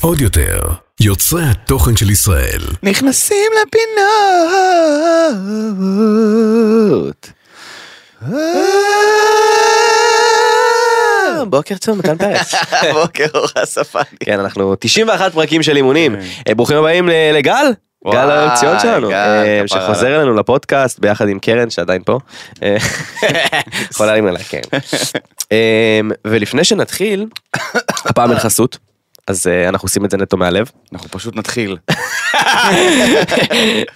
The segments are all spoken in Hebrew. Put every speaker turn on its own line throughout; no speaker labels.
עוד יותר, יוצרי התוכן של ישראל.
נכנסים לפינות.
אה, בוקר טוב, מתן פרץ.
בוקר אור אספני.
כן, אנחנו 91 פרקים של אימונים. אה, ברוכים הבאים ל- לגל.
וואי,
גל המציאות שלנו,
גל,
אה,
כפרה
שחוזר
עליו.
אלינו לפודקאסט ביחד עם קרן שעדיין פה. אה, יכולה להרים עליי, כן. אה, ולפני שנתחיל, הפעם אין חסות, אז אה, אנחנו עושים את זה נטו מהלב.
אנחנו פשוט נתחיל.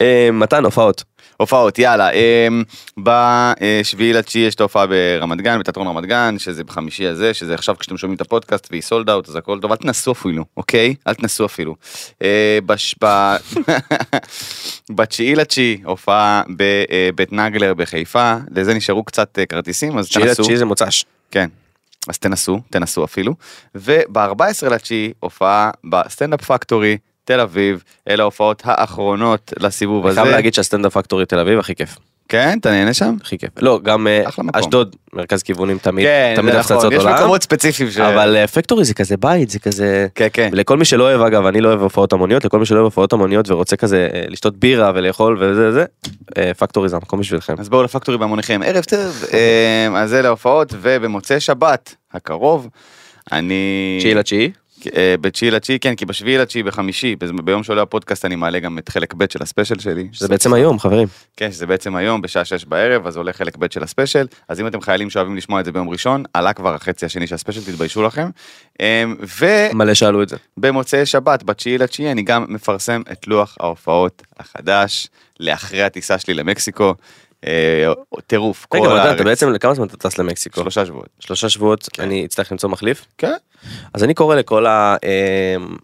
אה, מתן, הופעות.
הופעות, יאללה. אמ, בשביעי לתשיעי יש את ההופעה ברמת גן, בתיאטרון רמת גן, שזה בחמישי הזה, שזה עכשיו כשאתם שומעים את הפודקאסט והיא סולד אאוט, אז הכל טוב, אל תנסו אפילו, אוקיי? אל תנסו אפילו. אה, בש- ב- בתשיעי לתשיעי הופעה בבית נגלר בחיפה, לזה נשארו קצת אה, כרטיסים, אז
תשיעי
תנסו.
לתשיעי זה מוצ"ש.
כן. אז תנסו, תנסו אפילו. וב-14 לתשיעי הופעה בסטנדאפ פקטורי, תל אביב, אלה ההופעות האחרונות לסיבוב
אני
הזה.
חייב להגיד שהסטנדאפ פקטורי תל אביב הכי כיף,
כן, אתה נהנה שם?
הכי כיף. לא, גם אה,
אחלה מקום.
אשדוד, מרכז כיוונים תמיד,
כן,
תמיד
זה
הפצצות
נכון, יש
עולם.
מקומות ספציפיים ש...
אבל אה, פקטורי זה כזה בית, זה כזה...
כן, כן.
לכל מי שלא אוהב, אגב, אני לא אוהב הופעות המוניות, לכל מי שלא אוהב הופעות המוניות ורוצה כזה אה, לשתות בירה ולאכול וזה זה, אה, פקטורי זה המקום בשבילכם.
אז בואו לפקטורי בהמוניכם. ערב טוב. אמ, אז אלה ההופעות, ובמוצאי שבת הקרוב, אני...
תשיעי לתשיעי?
אה, בתשיעי לתשיעי, כן, כי בשביעי לתשיעי, בחמישי, בז- ביום שעולה הפודקאסט אני מעלה גם את חלק ב' של הספיישל שלי.
שזה בעצם היום, חברים.
כן, שזה בעצם היום, בשעה שש בערב, אז עולה חלק ב' של הספיישל. אז אם אתם חיילים שאוהבים לשמוע את זה ביום ראשון, עלה כבר החצי השני של הספיישל, תתביישו לכם. אמ,
מלא שאלו את זה.
ובמוצאי שבת, בתשיעי לתשיעי, אני גם מפרסם את לוח ההופעות החדש, לאחרי הטיסה שלי למקסיקו. אה, טירוף, כל
רגע, אבל אתה
הארץ. כן.
בעצם לכמה זמן אתה טס למקסיקו?
שלושה שבועות.
שלושה שבועות אני אצטרך למצוא מחליף?
כן.
אז אני קורא לכל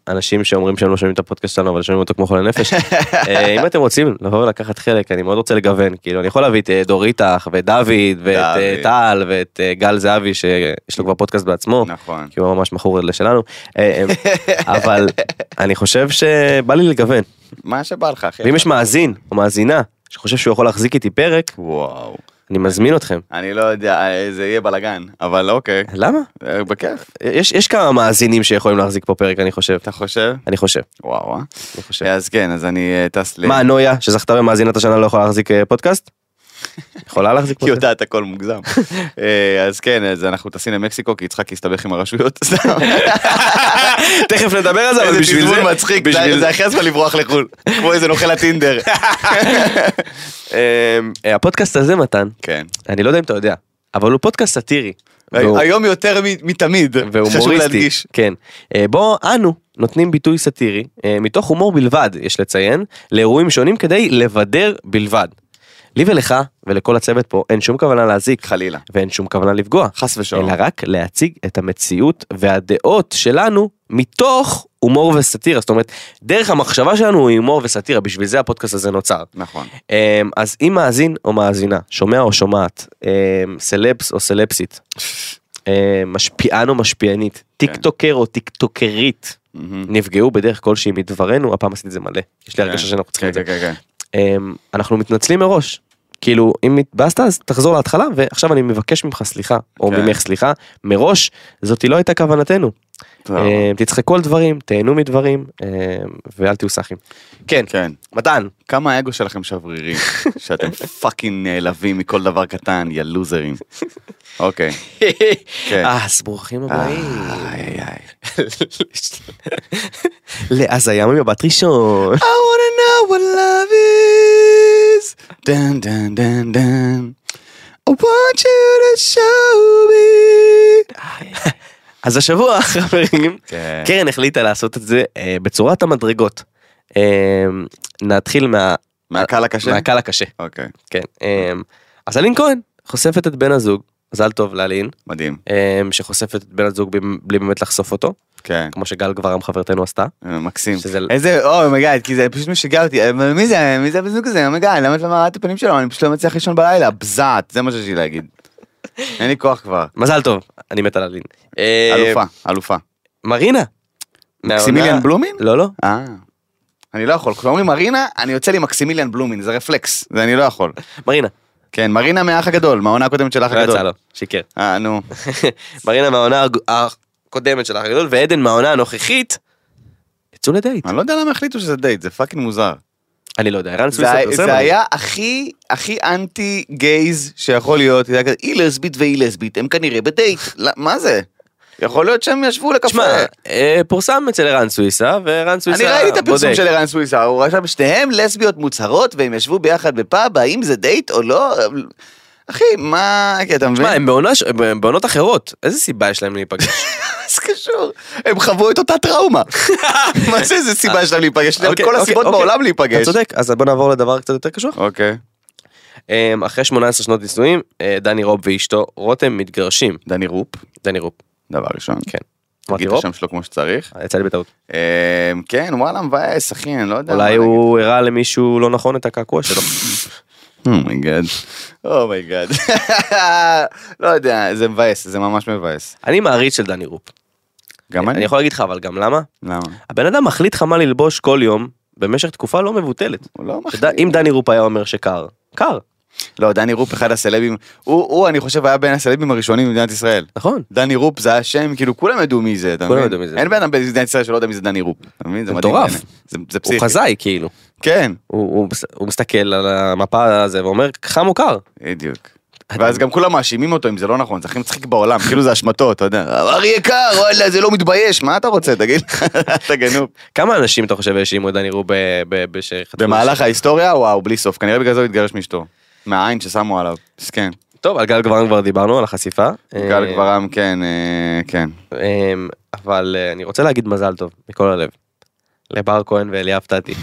האנשים שאומרים שהם לא שומעים את הפודקאסט שלנו אבל שומעים אותו כמו חולי נפש. אה, אם אתם רוצים לבוא ולקחת חלק אני מאוד רוצה לגוון כאילו אני יכול להביא את אה, דור איתך ואת דוד ואת אה,
דוד.
טל ואת אה, גל זהבי שיש לו כבר פודקאסט בעצמו.
נכון.
כי הוא ממש מכור לשלנו אה, אה, אבל אני חושב שבא לי לגוון
מה שבא לך, אחי.
ואם יש מאזין או מאזינה שחושב שהוא יכול להחזיק איתי פרק
וואו.
אני מזמין אתכם.
אני לא יודע, אה, זה יהיה בלאגן, אבל אוקיי.
למה?
אה, בכיף.
יש יש כמה מאזינים שיכולים להחזיק פה פרק אני חושב.
אתה חושב?
אני חושב.
וואו, אה?
אני חושב.
אז כן, אז אני אה, טס ל...
מה נויה שזכתה במאזינת השנה לא יכולה להחזיק אה, פודקאסט? יכולה להחזיק
כי היא
פודקאסט?
יודעת הכל מוגזם. אה, אז כן, אז אנחנו טסים למקסיקו, כי יצחק הסתבך עם הרשויות. סתם.
תכף נדבר על זה אבל
איזה
בשביל זה.
תזמון מצחיק,
בשביל
זה-
זה.
זה הכי הזמן לברוח לחו"ל. כמו איזה נוכל הטינדר.
אה, הפודקאסט הזה מתן
כן.
אני לא יודע אם אתה יודע אבל הוא פודקאסט סאטירי. והוא-
היום יותר מ- מתמיד, חשוב
והומוריסטי,
להדגיש.
כן. אה, בו אנו נותנים ביטוי סאטירי, אה, מתוך הומור בלבד, יש לציין, לאירועים שונים כדי לבדר בלבד. לי ולך ולכל הצוות פה אין שום כוונה להזיק,
חלילה.
ואין שום כוונה לפגוע,
חס ושלום.
אלא רק להציג את המציאות והדעות שלנו מתוך הומור וסאטירה. זאת אומרת, דרך המחשבה שלנו הוא הומור וסאטירה, בשביל זה הפודקאסט הזה נוצר.
נכון.
אמ, אז אם מאזין או מאזינה, שומע או שומעת, אמ, סלבס או סלבסית, אמ, משפיען או
כן.
משפיענית, טיק טוקר או טיק טוקרית,
מהמם.
נפגעו בדרך כלשהי מדברנו, הפעם עשיתי את זה מלא, יש
כן.
לי הרגשה שאנחנו צריכים
כן,
את זה.
כן, כן. כן.
אמ, אנחנו מתנצלים מראש. כאילו אם התבאסת אז תחזור להתחלה ועכשיו אני מבקש ממך סליחה או
כן.
ממך סליחה מראש זאתי לא הייתה כוונתנו.
תודה רבה.
אמ, תצחקו על דברים תהנו מדברים אמ, ואל תהיו סאחים. כן
כן.
מתן
כמה האגו שלכם שברירי, שאתם פאקינג נעלבים מכל דבר קטן, יא לוזרים. אוקיי. כן.
אה, אז ברוכים הבאים.
איי, איי.
להזיה ממבט ראשון.
I wanna know what love is. Dun dun dun dun. I want you to show me.
אה, אז השבוע חברים,
כן.
קרן החליטה לעשות את זה אה, בצורת המדרגות. אה, נתחיל מה-
מהקהל הקשה?
מהקל הקשה.
אוקיי,
כן. אה, אז אלין כהן חושפת את בן הזוג, מזל טוב לאלין,
מדהים.
אה, שחושפת את בן הזוג ב- בלי באמת לחשוף אותו,
כן,
כמו שגל גברם חברתנו עשתה.
מקסים.
שזה-
איזה, אומייגאד, כי זה פשוט משגע אותי. אבל מי זה, מי זה הבן זוג הזה? אומייגאד, למה את לא מראה את הפנים שלו? אני פשוט לא מצליח לישון בלילה, בזעת, זה מה שיש לי להגיד. אין לי כוח כבר.
מזל טוב, אני מת על אלין. אה,
אלופה, אלופה.
מרינה.
מקסימיליאן
מהעונה-
בלומין?
לא, לא.
אה. אני לא יכול, כשאומרים מרינה, אני יוצא לי מקסימיליאן בלומין, זה רפלקס, זה אני לא יכול.
מרינה.
כן, מרינה מהאח הגדול, מהעונה הקודמת של האח
לא יצא
הגדול.
לו, שיקר.
אה, נו.
מרינה מהעונה הג- ה- הקודמת של האח הגדול, ועדן מהעונה הנוכחית, יצאו לדייט.
אני לא יודע למה החליטו שזה דייט, זה פאקינג מוזר.
אני לא יודע, ערן
זה
סוויסה
היה-
פרסם.
זה
אני-
היה הכי, הכי אנטי גייז שיכול להיות, זה היה כזה, היא לסבית והיא לסבית, הם כנראה בדייט, לא- מה זה? יכול להיות שהם ישבו לקפה.
תשמע, אה, פורסם אצל ערן סוויסה, וערן סוויסה
אני ראיתי את הפרסום
בודק.
של ערן סוויסה, הוא רשם שתיהם לסביות מוצהרות והם ישבו ביחד בפאב, האם זה דייט או לא? אחי, מה, כי אתה מבין?
תשמע, הם בעונה ש- הם בעונות אחרות, איזה סיבה יש להם להיפגש?
מה זה קשור? הם חוו את אותה טראומה. מה זה, זה סיבה שלהם להיפגש? יש להם את
אוקיי,
כל
אוקיי,
הסיבות
אוקיי.
בעולם להיפגש.
אתה צודק, אז בוא נעבור לדבר קצת יותר קשוח.
אוקיי.
אמ, אחרי 18 שנות נישואים, אה, דני רופ ואשתו רותם מתגרשים.
דני רופ,
דני רופ,
דבר ראשון.
כן. אמרתי
תגיד את
רופ?
השם שלו כמו שצריך.
יצא לי בטעות.
אה, כן, וואלה, מבאס, אחי, אני לא יודע.
אולי הוא הראה למישהו לא נכון את הקעקוע שלו. Oh
אומייגאד. אומייגאד. Oh לא יודע, זה מבאס, זה ממש מבאס.
אני מעריץ של דני רופ.
גם
אני
אני.
יכול להגיד לך אבל גם למה?
למה?
הבן אדם מחליט לך מה ללבוש כל יום במשך תקופה לא מבוטלת.
הוא לא
אתה יודע,
מחליט.
אם דני רופ היה אומר שקר, קר,
לא, דני רופ אחד הסלבים, הוא, הוא, אני חושב, היה בין הסלבים הראשונים במדינת ישראל.
נכון.
דני רופ זה השם, כאילו כולם ידעו מי זה, אתה מבין?
כולם ידעו מי זה.
אין בן אדם במדינת ישראל שלא יודע מי זה דני רופ, אתה מבין? זה
זה
מדהים.
מטורף.
בעיניי. זה, זה
הוא
פסיכי.
חזאי כאילו.
כן,
הוא- הוא מס- הוא מסתכל על המפה הזה ואומר חם או קר.
בדיוק. ואז גם כולם מאשימים אותו אם זה לא נכון, זה הכי מצחיק בעולם, כאילו זה אשמתו, אתה יודע. אבל יקר, וואלה, זה לא מתבייש, מה אתה רוצה, תגיד? אתה גנוב.
כמה אנשים אתה חושב האשימו את דני רופ ב- ב- בשחטפו?
במהלך ההיסטוריה, וואו, בלי סוף. כנראה בגלל זה הוא התגרש מאשתו. מהעין ששמו עליו, מסכן.
טוב, על גל גברם כבר דיברנו, על החשיפה.
כן, גל
אה,
גברם, כן, אה, כן.
אמ, אבל אה, אני רוצה להגיד מזל טוב מכל הלב. לבר כהן ואליאב טאטי.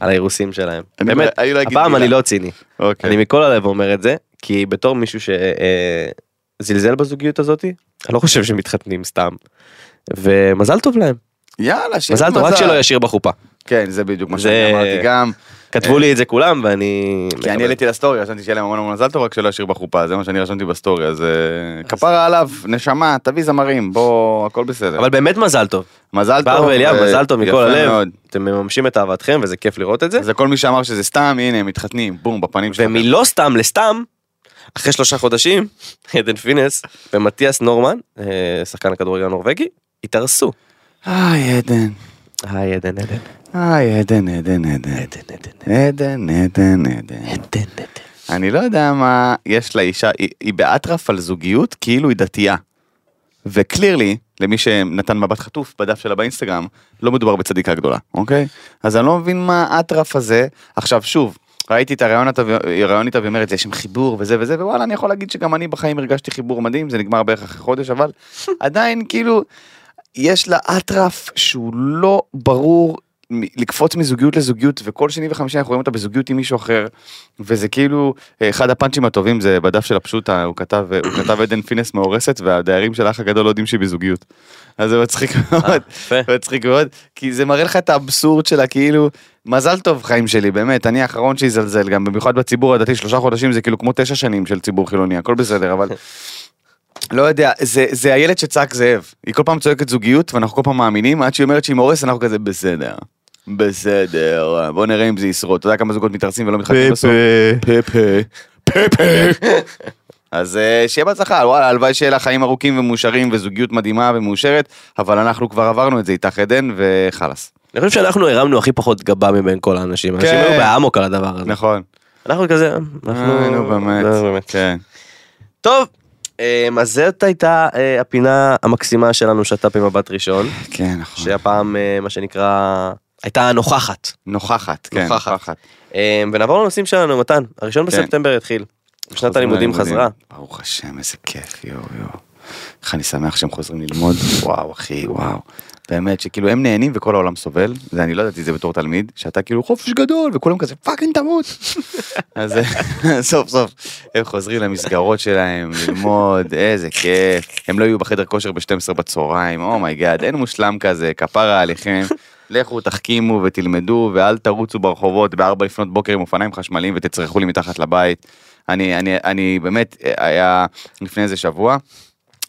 על האירוסים שלהם.
אני
באמת,
לא- אני לא אגיד
הפעם
מילה.
אני לא ציני.
אוקיי.
אני מכל הלב אומר את זה, כי בתור מישהו שזלזל בזוגיות הזאתי, אני לא חושב שמתחתנים סתם. ומזל טוב להם.
יאללה, שיהיה
מזל טוב, רק שלא ישיר בחופה.
כן, זה בדיוק מה
זה-
שאני אמרתי גם.
כתבו לי את זה כולם ואני...
אה. כי אני העליתי לסטורי, רשמתי שיהיה להם המון המון מזל טוב, רק שלא ישיר בחופה, זה מה שאני רשמתי בסטורי, אז אה, כפרה עליו, נשמה, תביא זמרים, בוא, הכל בסדר.
אבל באמת מזל טוב.
מזל טוב.
בר ואליאב,
אה,
מזל טוב מכל
יפה
הלב.
מאוד.
אתם מממשים את אהבתכם וזה כיף לראות את זה.
אז לכל מי שאמר שזה סתם, הנה, הם מתחתנים, בום, בפנים שלכם.
ומלא סתם לסתם, אחרי שלושה חודשים, עדן פינס ומתיאס נורמן, אה, שחקן הכדורגל הנורבגי, התארסו.
היי, עדן.
היי עדן, עדן.
היי, עדן, עדן, עדן. עדן, עדן, עדן, עדן. אני לא יודע מה יש לאישה, היא, היא באטרף על זוגיות כאילו היא דתייה. וקלירלי, למי שנתן מבט חטוף בדף שלה באינסטגרם, לא מדובר בצדיקה גדולה, אוקיי? אז אני לא מבין מה האטרף הזה. עכשיו שוב, ראיתי את הראיון איתה והיא- הראיון איתה והיא אומרת, יש שם חיבור וזה וזה, ווואלה, אני יכול להגיד שגם אני בחיים הרגשתי חיבור מדהים, זה נגמר בערך אחרי חודש, אבל עדיין כאילו, יש לה אטרף שהוא לא ברור מ- לקפוץ מזוגיות לזוגיות וכל שני וחמישי אנחנו רואים אותה בזוגיות עם מישהו אחר וזה כאילו אה, אחד הפאנצ'ים הטובים זה בדף של הפשוטה הוא כתב אה, הוא כתב עדן פינס מאורסת והדיירים של האח הגדול לא יודעים שהיא בזוגיות. אז זה מצחיק מאוד,
יפה.
מצחיק מאוד כי זה מראה לך את האבסורד שלה כאילו מזל טוב חיים שלי באמת אני האחרון שיזלזל גם במיוחד בציבור הדתי שלושה חודשים זה כאילו כמו תשע שנים של ציבור חילוני הכל בסדר אבל לא יודע, זה, זה הילד שצעק זאב. היא כל פעם צועקת זוגיות, ואנחנו כל פעם מאמינים, עד שהיא אומרת שהיא מאורסת, אנחנו כזה בסדר. בסדר, בוא נראה אם זה ישרוד. אתה יודע כמה זוגות מתארסים ולא מתחתנים בסוף? פפה. פפה. אז אה, שיהיה בהצלחה, וואלה, הלוואי שיהיה לה חיים ארוכים ומאושרים וזוגיות מדהימה ומאושרת, אבל אנחנו כבר עברנו את זה איתך עדן, וחלאס.
אני חושב שאנחנו הרמנו הכי פחות גבה מבין כל האנשים. אנשים
כן.
היו באמוק על הדבר הזה.
נכון.
אנחנו כזה, אנחנו...
אה, נו באמת.
אה. לא, באמת.
כן.
טוב, אה, אז זאת הייתה אה, הפינה המקסימה שלנו, שת"פ עם מבט ראשון,
כן, נכון.
שהפעם, אה, מה שנקרא, הייתה נוכחת.
נוכחת, כן.
נוכחת. אה, ונעבור לנושאים שלנו, מתן. הראשון בספטמבר התחיל. שנת הלימודים חזרה.
ברוך השם, איזה כיף, יואו יואו. איך אני שמח שהם חוזרים ללמוד, וואו אחי, וואו. באמת שכאילו הם נהנים וכל העולם סובל, זה אני לא ידעתי את זה בתור תלמיד, שאתה כאילו חופש גדול וכולם כזה פאקינג תמות. אז אה, סוף סוף הם חוזרים למסגרות שלהם ללמוד, איזה כיף. הם לא יהיו בחדר כושר ב-12 בצהריים, אומייגאד, אין מושלם כזה, כפרה עליכם. לכו תחכימו ותלמדו ואל תרוצו ברחובות בארבע לפנות בוקר עם אופניים חשמליים ותצרכו לי מתחת לבית. אני, אני, אני באמת, אה, היה לפני איזה שבוע,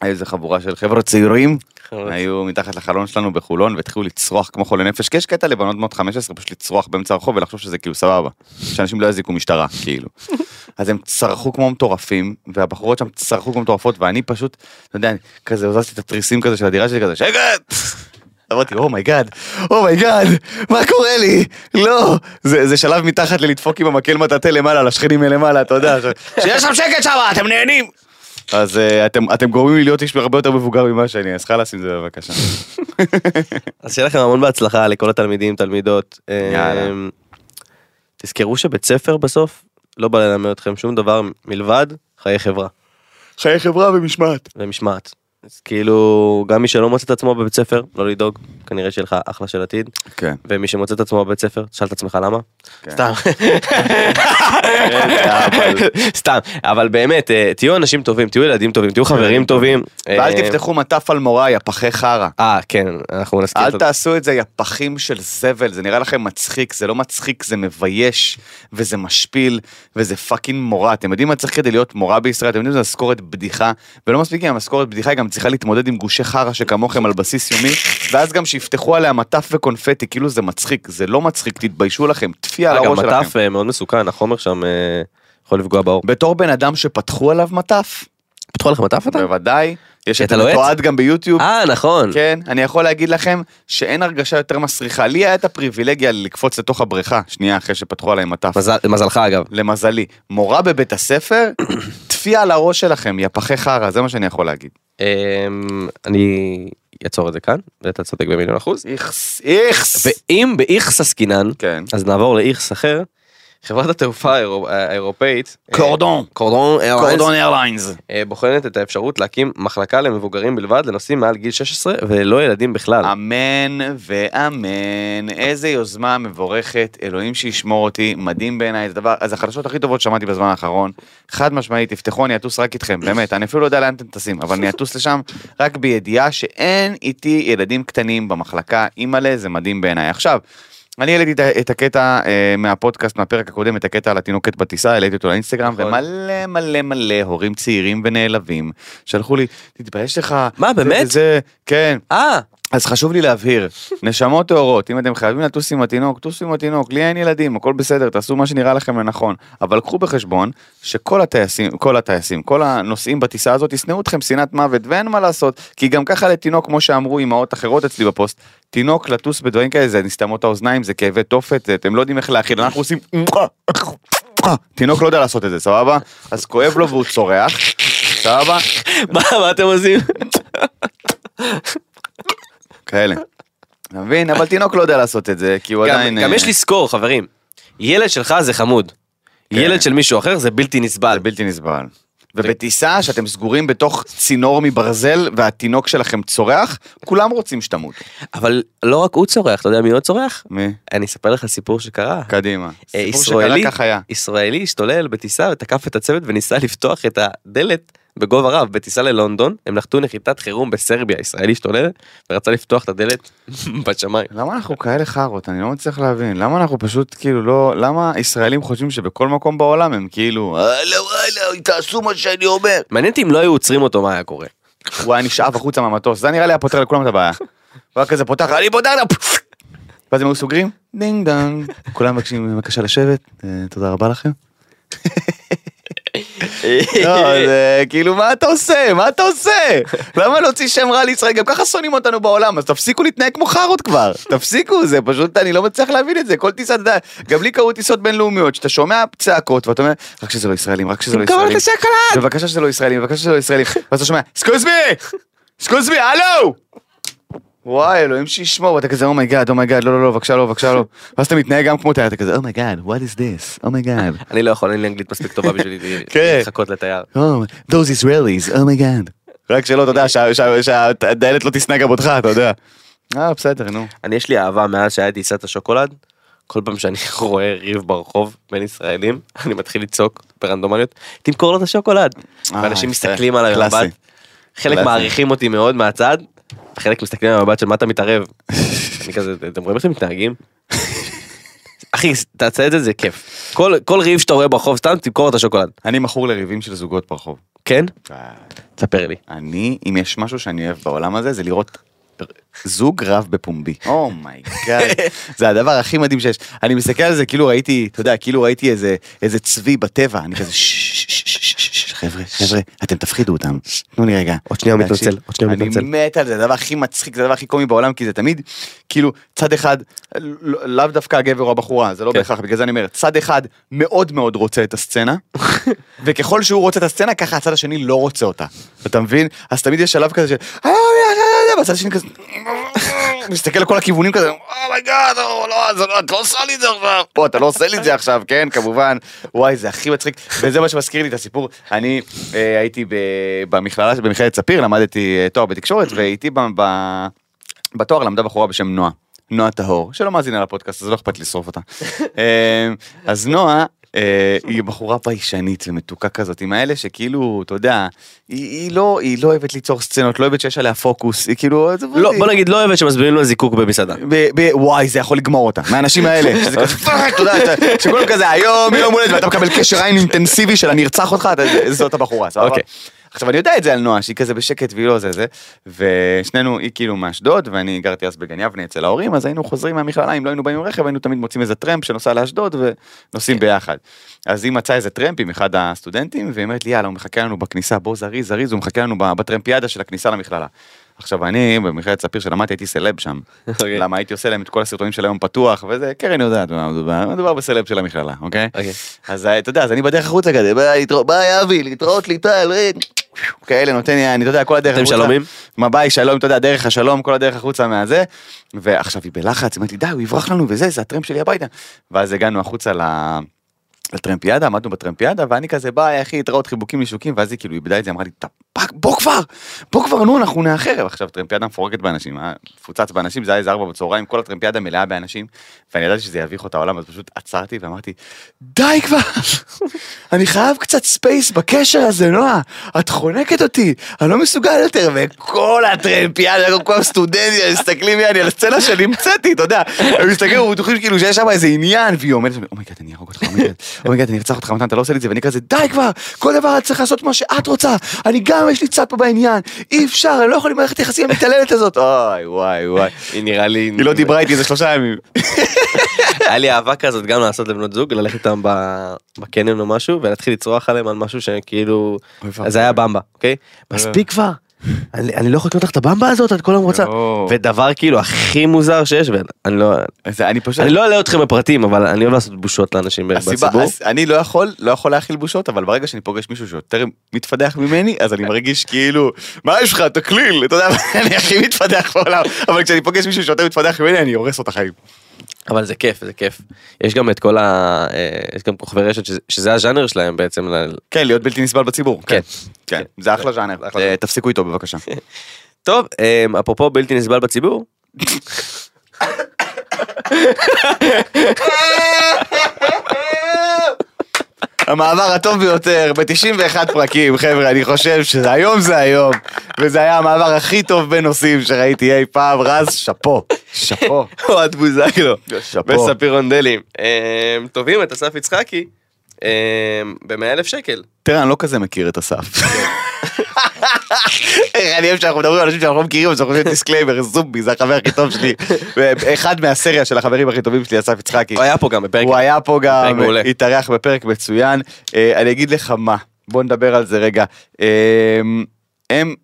היה איזה חבורה של חבר'ה צעירים
חלוץ.
היו מתחת לחלון שלנו בחולון והתחילו לצרוח כמו חולי נפש, כי יש קטע לבנות בנות 15 פשוט לצרוח באמצע הרחוב ולחשוב שזה כאילו סבבה, שאנשים לא יזיקו משטרה, כאילו. אז הם צרחו כמו מטורפים, והבחורות שם צרחו כמו מטורפות, ואני פשוט, אתה יודע, אני כזה הוזזתי את התריסים כזה של הדירה שלי כזה, שקט! אמרתי, "Oh אומייגאד, אומייגאד, מה קורה לי? לא! זה זה שלב מתחת ללדפוק עם המקל מטאטא למעלה, לשכנים מלמעלה, אתה יודע, ש- שיש שם שקט שם, אתם נהנים! אז אה, אתם- אתם גורמים לי להיות איש הרבה יותר מבוגר ממה שאני, אז חלאס עם זה בבקשה.
אז שיהיה לכם המון בהצלחה לכל התלמידים, תלמידות.
יאללה.
אמ, תזכרו שבית ספר בסוף לא בא ללמד אתכם שום דבר מלבד חיי חברה
חיי חברה ומשמעת.
ומשמעת. אז כאילו, גם מי שלא מוצא את עצמו בבית ספר, לא לדאוג, כנראה שיהיה לך אחלה של עתיד.
כן.
ומי שמוצא את עצמו בבית ספר, תשאל את עצמך למה.
כן.
סתם. סתם, אבל באמת, אה, תהיו אנשים טובים, תהיו ילדים טובים, תהיו חברים טובים.
ואל
אה,
תפתחו מטף על מורה, יא פחי חרא.
אה, כן, אנחנו נסכים.
אל תעשו את זה, יא פחים של זבל, זה נראה לכם מצחיק, זה לא מצחיק, זה מבייש, וזה משפיל, וזה פאקינג מורה. אתם יודעים מה צריך כדי להיות מורה בישראל? אתם יודעים שזה משכורת בדיחה, ולא מספיק עם המשכורת בדיחה, היא גם צריכה להתמודד עם גושי חרא שכמוכם על בסיס יומי, ואז גם שיפתחו עליה מטף וקונפטי, כאילו זה מצחיק, זה לא מצחיק, תתביישו לכם, טפי על
גם
הראש שלכם.
מטף אה, מאוד מסוכן, החומר שם אה, יכול לפגוע בעור.
בתור בן אדם שפתחו עליו מטף,
פתחו לך מטף אתה?
בוודאי, יש את
אתה לוהט?
המתועד גם ביוטיוב.
אה, נכון.
כן, אני יכול להגיד לכם שאין הרגשה יותר מסריחה. לי היה את הפריבילגיה לקפוץ לתוך הבריכה, שנייה אחרי שפתחו עליי מטף.
מזל- מזלך אגב.
למזלי, מורה בבית הספר, טפי על הראש שלכם, יא פחי חרא, זה מה שאני יכול להגיד.
אמ, אני אעצור את זה כאן, ואתה צודק במיליון אחוז.
איכס, איכס.
ואם באיכס עסקינן,
כן.
אז נעבור לאיכס אחר. חברת התעופה האירו- האירופאית, אה,
קורדון.
קורדון איירליינס,
קורדון איירליינס.
אה, בוחנת את האפשרות להקים מחלקה למבוגרים בלבד לנוסעים מעל גיל 16 וללא ילדים בכלל.
אה. אמן ואמן, איזה יוזמה מבורכת, אלוהים שישמור אותי, מדהים בעיניי, זה דבר, אז החדשות הכי טובות ששמעתי בזמן האחרון, חד משמעית, תפתחו, אני אטוס רק איתכם, באמת, אני אפילו לא יודע לאן אתם טסים, אבל אני אטוס לשם רק בידיעה שאין איתי ילדים קטנים במחלקה, אימא'לה, זה מדהים בעיניי. עכשיו, אני העליתי את ה- את הקטע אה, מהפודקאסט, מהפרק הקודם, את הקטע על התינוקת בטיסה, העליתי אותו לאינסטגרם,
נכון.
ומלא מלא מלא הורים צעירים ונעלבים, שלחו לי, תתבייש לך.
מה,
זה-
באמת?
זה, כן.
אה,
אז חשוב לי להבהיר, נשמות טהורות, אם אתם חייבים לטוס עם התינוק, טוסו עם התינוק, לי אין ילדים, הכל בסדר, תעשו מה שנראה לכם לנכון. אבל קחו בחשבון שכל הטייסים, כל הטייסים, כל הנוסעים בטיסה הזאת ישנאו אתכם שנאת מוות, ואין מה לעשות, כי גם ככה לתינוק, כמו שאמרו אמהות אחרות אצלי בפוסט, תינוק לטוס בדברים כאלה, זה נסתמות האוזניים, זה כאבי תופת, אתם לא יודעים איך להכיל, אנחנו עושים... תינוק לא יודע לעשות את זה, סבבה? אז כואב לו והוא צורח, סבבה?
מה מה אתם עושים?
כאלה. אתה מבין? אבל תינוק לא יודע לעשות את זה, כי הוא
גם-
עדיין...
גם
אה,
יש לזכור חברים, ילד שלך זה חמוד, ילד של מישהו אחר זה בלתי נסבל.
כן. זה בלתי נסבל. ובטיסה שאתם סגורים בתוך צינור מברזל והתינוק שלכם צורח, כולם רוצים שתמותו.
אבל לא רק הוא צורח, אתה יודע מי עוד צורח?
מי?
אני אספר לך סיפור שקרה.
קדימה.
אה,
סיפור שקרה
ישראלי-
כך היה.
ישראלי השתולל בטיסה ותקף את הצוות וניסה לפתוח את הדלת בגובה רב בטיסה ללונדון הם נחתו נחיתת חירום בסרביה ישראלי השתולל ורצה לפתוח את הדלת בשמיים.
למה אנחנו כאלה חארות? אני לא מצליח להבין. למה אנחנו פשוט כאילו לא... למה ישראלים חושבים שבכל מקום בעולם הם כאילו... הלו הלו, תעשו מה שאני אומר.
מעניין אותי אם לא היו עוצרים אותו מה היה קורה.
הוא היה נשאב החוצה מהמטוס, זה נראה לי היה פותר לכולם את הבעיה. הוא היה כזה פותח, אני פותח, פפפ. ואז הם היו סוגרים, דינג דונג. כולם מבקשים בבקשה לשבת, אה, תודה רבה לכם. לא, זה כאילו, מה אתה עושה? מה אתה עושה? למה להוציא שם רע לישראל? גם ככה שונאים אותנו בעולם, אז תפסיקו להתנהג כמו חארות כבר. תפסיקו, זה פשוט, אני לא מצליח להבין את זה. כל טיסה, אתה יודע, גם לי קראו טיסות בינלאומיות, שאתה שומע צעקות ואתה אומר, רק שזה לא ישראלים, רק שזה לא ישראלים. בבקשה שזה לא ישראלים, בבקשה שזה לא ישראלים. ואז אתה שומע, סקוז מי! סקוז מי, הלו! וואי, אלוהים שישמור, ואתה כזה, אומייגאד, אומייגאד, לא, לא, לא, בבקשה, לא, בבקשה, לא. ואז אתה מתנהג גם כמו תייר, אתה כזה, אומייגאד, what is this? Oh אומייגאד.
אני לא יכול אין לי אנגלית מספיק טובה בשביל
כן.
לחכות לתייר.
Oh, those Israelis, oh my god. רק שלא, אתה יודע, שה- שה- שהדיילת לא תשנא גם אותך, אתה יודע. אה, בסדר, נו.
אני יש לי אהבה מאז שהיה טיסת השוקולד. כל פעם שאני רואה ריב ברחוב בין ישראלים אני מתחיל לצעוק ברנדומליות תמכור לו את השוקולד.
אה,
ואנשים
יפה.
מסתכלים עליי
קלאסי.
במבט. חלק
קלאסי.
מעריכים אותי מאוד מהצד. חלק מסתכלים על המבט של מה אתה מתערב. אני כזה אתם רואים איך הם מתנהגים. אחי, תעשה את זה, זה כיף. כל- כל ריב שאתה רואה ברחוב, סתם תמכור את השוקולד.
אני מכור לריבים של זוגות ברחוב. אה,
כן? תספר לי.
אני, אם יש משהו שאני אוהב בעולם הזה, זה לראות זוג רב בפומבי. אומייגאד. זה הדבר הכי מדהים שיש. אני מסתכל על זה כאילו ראיתי, אתה יודע, כאילו ראיתי איזה- איזה צבי בטבע, אני כזה "ש- ש- ש- ש- ש- ש- ש- חבר'ה, חבר'ה, אתם תפחידו אותם. תנו לי רגע.
עוד שנייה הוא
להקשיב.
מתנצל, עוד שנייה הוא מתנצל.
אני מת על זה, זה הדבר הכי מצחיק, זה הדבר הכי קומי בעולם, כי זה תמיד, כאילו, צד אחד, לא- לאו דווקא הגבר או הבחורה, זה לא
כן.
בהכרח, בגלל זה אני אומר, צד אחד מאוד מאוד רוצה את הסצנה, וככל שהוא רוצה את הסצנה, ככה הצד השני לא רוצה אותה. אתה מבין? אז תמיד יש שלב כזה של... "אה, אה, אה, אה", והצד השני כזה... מסתכל לכל הכיוונים כזה, אומייגאד, לא, זה לא, את לא עושה לי את זה עכשיו. פה, אתה לא עושה לי את זה עכשיו, כן, כמובן. וואי, זה הכי מצחיק. וזה מה שמזכיר לי את הסיפור. אני אה, הייתי ב- במכללה, במכללת ספיר, למדתי אה, תואר בתקשורת, והייתי ב- ב- בתואר למדה בחורה בשם נועה. נועה טהור, שלא מאזינה לפודקאסט, אז לא אכפת לי לשרוף אותה. אה, אז נועה... אה, היא בחורה ביישנית ומתוקה כזאת, עם האלה שכאילו, אתה יודע, היא, היא, לא, היא לא אוהבת ליצור סצנות, לא אוהבת שיש עליה פוקוס, היא כאילו... "עזבו
לא,
אותי".
בוא נגיד, לא אוהבת שמסבירים לו על זיקוק במסעדה.
ב- ב- וואי זה יכול לגמור אותה מהאנשים האלה שזה כזה פאק אתה יודע אתה- שכולם כזה היום יום הולדת ואתה מקבל קשר עין אינטנסיבי של אני ארצח אותך אתה- זה- זאת הבחורה סבבה.
אוקיי.
עכשיו אני יודע את זה על נועה שהיא כזה בשקט והיא לא זה זה ושנינו היא כאילו מאשדוד ואני גרתי אז בגן יבנה אצל ההורים אז היינו חוזרים מהמכללה אם לא היינו באים עם רכב היינו תמיד מוצאים איזה טרמפ שנוסע לאשדוד ונוסעים ביחד. אז היא מצאה איזה טרמפ עם אחד הסטודנטים והיא אומרת לי יאללה הוא מחכה לנו בכניסה בוא זריז זריז הוא מחכה לנו ב- בטרמפיאדה של הכניסה למכללה. עכשיו אני במכללת ספיר שלמדתי הייתי סלב שם.
אוקיי.
למה הייתי עושה להם את כל הסרטונים של היום פתוח וזה קרן יודעת מה מדובר מדובר בסלב של המכללה אוקיי.
אוקיי.
אז אה, אתה יודע אז אני בדרך החוצה כזה ביי להתראות- ביי אבי להתראות ליטל אה, כאלה נותן לי אני אתה יודע כל הדרך
אתם
החוצה.
שלומים?
מה ביי שלום אתה יודע דרך השלום כל הדרך החוצה מהזה. ועכשיו היא בלחץ היא אומרת לי די הוא יברח לנו וזה זה הטרמפ שלי הביתה. ואז הגענו החוצה ל... לטרמפיאדה, עמדנו בטרמפיאדה, ואני כזה ביי אחי, התראות חיבוקים נישוקים, ואז היא כאילו איבדה את זה, אמרה לי, "ת- פאק, בוא כבר, בוא כבר, נו, אנחנו נאחר. עכשיו, טרמפיאדה מפורקת באנשים, אה? מפוצץ באנשים, זה היה איזה ארבע בצהריים, כל הטרמפיאדה מלאה באנשים, ואני ידעתי שזה יביך אותה העולם, אז פשוט עצרתי ואמרתי, די כבר, אני חייב קצת ספייס בקשר הזה, נועה, את חונקת אותי, אני לא מסוגל יותר, וכל הטרמפיאדה, כל הסטודנטים, הם מסתכלים לי, אני על הסצנה שהמצאתי, אתה יודע, הם מסתכלים, הם בטוחים כאילו שיש שם איזה עניין, והיא עומדת, אומייגאד, אני אהרוג אותך, אומייגאד, אומייגאד, אני ארצח אותך, מתן, אתה לא עושה לי את זה, ואני כזה, די כבר, כל דבר את צריך לעשות מה שאת רוצה, אני גם, יש לי צד פה בעניין, אי אפשר, אני לא יכול עם מערכת היחסים המתעללת הזאת, אוי, וואי, וואי.
היא נראה לי...
היא לא דיברה איתי איזה שלושה ימים.
היה לי אהבה כזאת גם לעשות לבנות זוג, ללכת איתם ב- בקניון או משהו, ולהתחיל לצרוח עליהם על משהו שכאילו...
אוי ואבוי.
אז זה היה במבה, אוקיי? מספיק כבר. אני אני לא יכול לקנות לך את הבמבה הזאת, את כל היום רוצה.
יואו.
ודבר כאילו הכי מוזר שיש, ואני לא...
לא. אז אני פשוט...
אני לא אלאה אתכם בפרטים, אבל אני אוהב לעשות בושות לאנשים
הסיבה,
בציבור.
אז אני לא יכול, לא יכול להכיל בושות, אבל ברגע שאני פוגש מישהו שיותר מתפדח ממני, אז אני מרגיש כאילו, מה יש לך, תקליל, אתה יודע, אני הכי מתפדח בעולם, אבל כשאני פוגש מישהו שיותר מתפדח ממני, אני הורס לו את החיים.
אבל זה כיף, זה כיף. יש גם את כל ה... אה, יש גם כוכבי רשת, שזה- שזה הז'אנר שלהם בעצם. ל-
כן, להיות בלתי נסבל בציבור.
כן.
כן, זה אחלה ז'אנר,
אחלה ז'אנר.
אה, תפסיקו איתו בבקשה.
טוב, אמ, אפרופו בלתי נסבל בציבור.
המעבר הטוב ביותר ב-91 פרקים, חבר'ה, אני חושב שהיום זה היום, וזה היה המעבר הכי טוב בנושאים שראיתי אי פעם, רז, שאפו, שאפו.
אוהד בוזגלו.
שאפו.
וספיר רונדלים. אמ, תובעים את אסף יצחקי
אמ,
ב-100 אלף שקל.
תראה, אני לא כזה מכיר את אסף. איך אני אוהב שאנחנו מדברים על אנשים שאנחנו לא מכירים, אז אנחנו עושים דיסקלייבר, זומבי, זה החבר הכי טוב שלי. אחד מהסריה של החברים הכי טובים שלי, אסף יצחקי.
הוא היה פה גם בפרק.
הוא היה פה
פרק
גם,
מעולה.
התארח בפרק מצוין. אה, אני אגיד לך מה, בוא נדבר על זה רגע. אה, הם,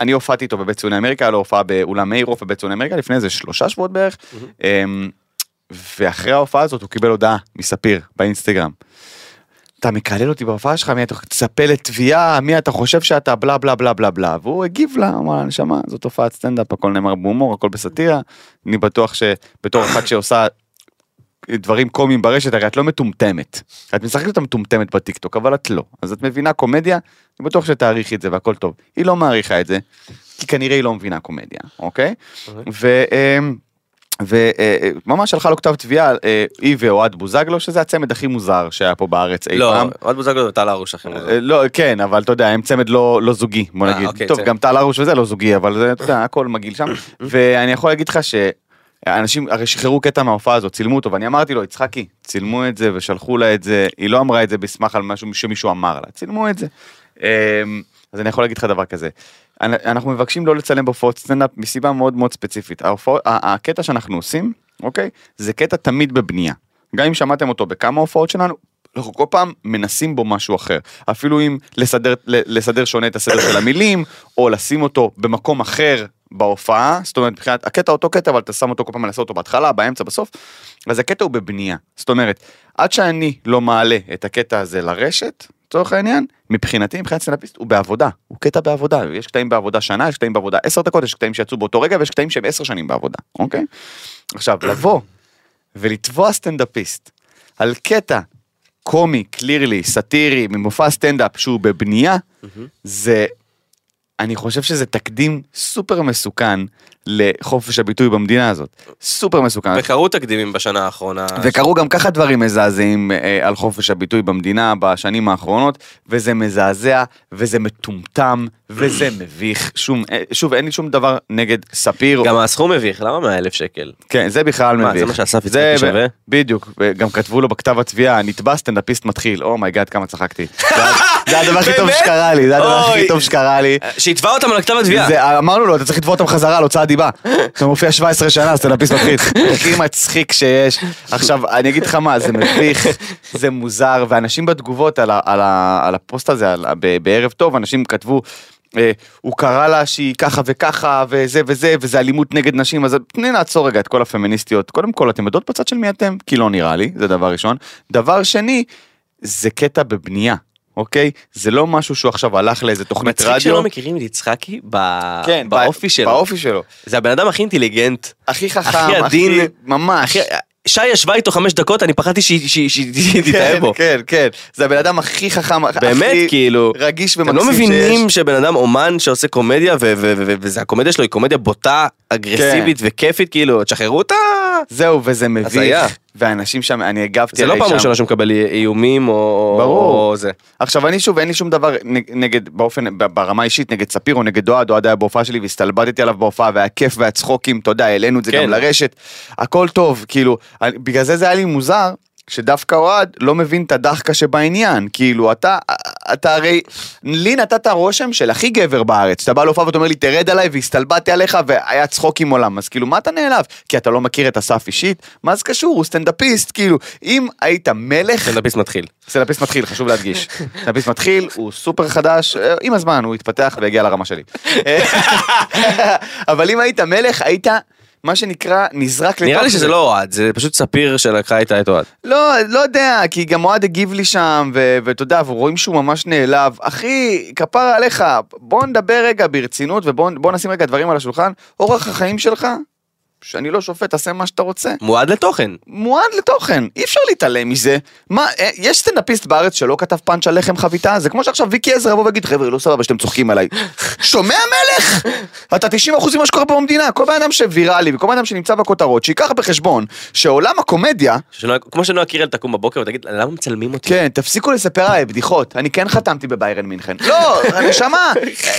אני הופעתי איתו בבית ציוני אמריקה, היה לו הופעה באולם מאירוף בבית ציוני אמריקה לפני איזה שלושה שבועות בערך. אה, ואחרי ההופעה הזאת הוא קיבל הודעה מספיר באינסטגרם. אתה מקלל אותי בהופעה שלך, מי אתה תצפה לתביעה, מי אתה חושב שאתה, בלה בלה בלה בלה בלה. והוא הגיב לה, אמר לה, נשמה, זו תופעת סטנדאפ, הכל נאמר בהומור, הכל בסאטירה. אני בטוח שבתור אחת שעושה דברים קומיים ברשת, הרי את לא מטומטמת. את משחקת אותה מטומטמת בטיקטוק, אבל את לא. אז את מבינה קומדיה, אני בטוח שתעריכי את זה והכל טוב. היא לא מעריכה את זה, כי כנראה היא לא מבינה קומדיה, אוקיי? אמ, וממש אה, הלכה לו כתב תביעה, אה, היא ואוהד בוזגלו, שזה הצמד הכי מוזר שהיה פה בארץ אי
לא,
פעם.
אוהד בוזגלו זה טל הרוש הכי מוזר.
אה, לא, כן, אבל אתה יודע, הם צמד לא, לא זוגי, בוא
אה,
נגיד.
אוקיי,
טוב,
צמד.
גם טל הרוש וזה לא זוגי, אבל זה, אתה יודע, הכל מגעיל שם. ואני יכול להגיד לך ש... אנשים הרי שחררו קטע מההופעה הזאת, צילמו אותו, ואני אמרתי לו, יצחקי, צילמו את זה ושלחו לה את זה, היא לא אמרה את זה בסמך על משהו שמישהו אמר לה, צילמו את זה. אמ, אז אני יכול להגיד לך דבר כזה, אנ- אנחנו מבקשים לא לצלם בהופעות סטנדאפ מסיבה מאוד מאוד ספציפית, ההופעות, ה- הקטע שאנחנו עושים, אוקיי, זה קטע תמיד בבנייה, גם אם שמעתם אותו בכמה הופעות שלנו, אנחנו כל פעם מנסים בו משהו אחר, אפילו אם לסדר, ל- לסדר שונה את הסדר של המילים, או לשים אותו במקום אחר בהופעה, זאת אומרת מבחינת הקטע אותו קטע אבל אתה שם אותו כל פעם מנסה אותו בהתחלה באמצע בסוף, אז הקטע הוא בבנייה, זאת אומרת עד שאני לא מעלה את הקטע הזה לרשת, לצורך העניין, מבחינתי מבחינת סטנדאפיסט הוא בעבודה, הוא קטע בעבודה, יש קטעים בעבודה שנה, יש קטעים בעבודה עשר דקות, יש קטעים שיצאו באותו רגע ויש קטעים שהם עשר שנים בעבודה, אוקיי? עכשיו לבוא ולתבוע סטנדאפיסט על קטע קומי, קלירלי, סאטירי, ממופע סטנדאפ שהוא בבנייה, זה, אני חושב שזה תקדים סופר מסוכן לחופש הביטוי במדינה הזאת. סופר מסוכן.
וקרו תקדימים בשנה האחרונה.
אה. וקרו גם ככה דברים מזעזעים אה, על חופש הביטוי במדינה בשנים האחרונות, וזה מזעזע, וזה מטומטם, וזה מביך. שום, אה, שוב, אין לי שום דבר נגד ספיר.
גם הסכום מביך, למה 100 אלף שקל?
כן, זה בכלל
מה,
מביך.
זה מה שאסף יצחקי
זה ב-
שווה?
בדיוק, גם כתבו לו בכתב התביעה, נתבע סטנדאפיסט מתחיל, אומייגאד, כמה צחקתי. זה ה- זה הדבר הכי טוב
באמת?
שקרה לי, זה הדבר
אוי.
הכי טוב שקרה לי.
שיתבע אותם על כתב התביעה.
אה, זה- אמרנו לו, אתה צריך לתבוע אותם חזרה על הוצאת דיבה. אתה מופיע 17 שנה, סטנדאפיסט מתחיל. הכי מצחיק שיש. עכשיו, אני אגיד לך מה, זה מביך, זה מוזר, ואנשים בתגובות על ה- על ה- על הפוסט הזה, על ה- ב- בערב טוב, אנשים כתבו... אה, הוא קרא לה שהיא ככה וככה וזה וזה וזה אלימות נגד נשים אז תני נעצור רגע את כל הפמיניסטיות קודם כל אתם יודעות בצד של מי אתם כי לא נראה לי זה דבר ראשון דבר שני זה קטע בבנייה אוקיי זה לא משהו שהוא עכשיו הלך לאיזה תוכנית
מצחיק
רדיו
שלא מכירים את יצחקי ב-
כן,
באופי
בא-
שלו.
באופי שלו.
זה הבן אדם הכי אינטליגנט.
הכי חכם,
הכי עדין.
ממש.
אחי, שי ישבה איתו חמש דקות, אני פחדתי שהיא- שהיא שהיא- שהיא תתאהב
כן,
בו.
כן, כן. זה הבן אדם הכי חכם, הכי
באמת, כאילו,
רגיש
אתם
ומקסים
לא
שיש.
מבינים שבן אדם אומן שעושה קומדיה, והקומדיה שלו היא קומדיה בוטה, אגרסיבית
כן.
וכיפית, כאילו, תשחררו אותה.
זהו, וזה
הזיה.
מביך. ואנשים שם, אני הגבתי
זה לא
עליי
פעם
שם.
ראשונה שהוא מקבל איומים או...
ברור.
או זה.
עכשיו אני שוב אין לי שום דבר נג- נגד באופן ב- ברמה האישית נגד ספיר או נגד אוהד אוהד היה בהופעה שלי והסתלבטתי עליו בהופעה והיה כיף והצחוקים אתה יודע העלינו את זה
כן.
גם לרשת הכל טוב כאילו אני- בגלל זה זה היה לי מוזר שדווקא אוהד לא מבין את הדחקה שבעניין כאילו אתה אתה הרי לי נתת רושם של הכי גבר בארץ אתה בא להופעה ואתה אומר לי תרד עליי והסתלבטתי עליך והיה צחוק עם עולם אז כאילו מה אתה נעלב כי אתה לא מכיר את אסף אישית מה זה קשור הוא סטנדאפיסט כאילו אם היית מלך
סטנדאפיסט מתחיל.
סטנדאפיסט מתחיל, חשוב להדגיש. סטנדאפיסט מתחיל, הוא סופר חדש, אה, עם הזמן הוא התפתח והגיע לרמה שלי. אה, אבל אם היית מלך, היית, מה שנקרא, נזרק לתוך
נראה לי שזה לא אוהד, זה פשוט ספיר שלקחה איתה את אוהד.
לא, לא יודע, כי גם אוהד הגיב לי שם, ו- ואתה יודע, ורואים שהוא ממש נעלב. אחי, כפר עליך, בוא נדבר רגע ברצינות, ובוא בוא נשים רגע דברים על השולחן. אורח החיים שלך, שאני לא שופט, תעשה מה שאתה רוצה.
מועד לתוכן.
מועד לתוכן, אי אפשר להתעלם מזה. מה, אה, יש סטנדאפיסט בארץ שלא כתב פאנץ' על לחם חביתה? זה כמו שעכשיו ויקי עזרא יבוא ויגיד, חבר'ה, לא סבבה שאתם צוחקים עליי. שומע מלך? אתה 90% ממה שקורה פה במדינה. כל בן אדם שוויראלי וכל בן אדם שנמצא בכותרות, שייקח בחשבון שעולם הקומדיה,
שנועה- כמו שנועה קירל תקום בבוקר ותגיד, למה מצלמים אותי?
כן, תפסיקו לספר עליי בדיחות. אני כן חתמתי בביירן מינכן. לא, נשמה,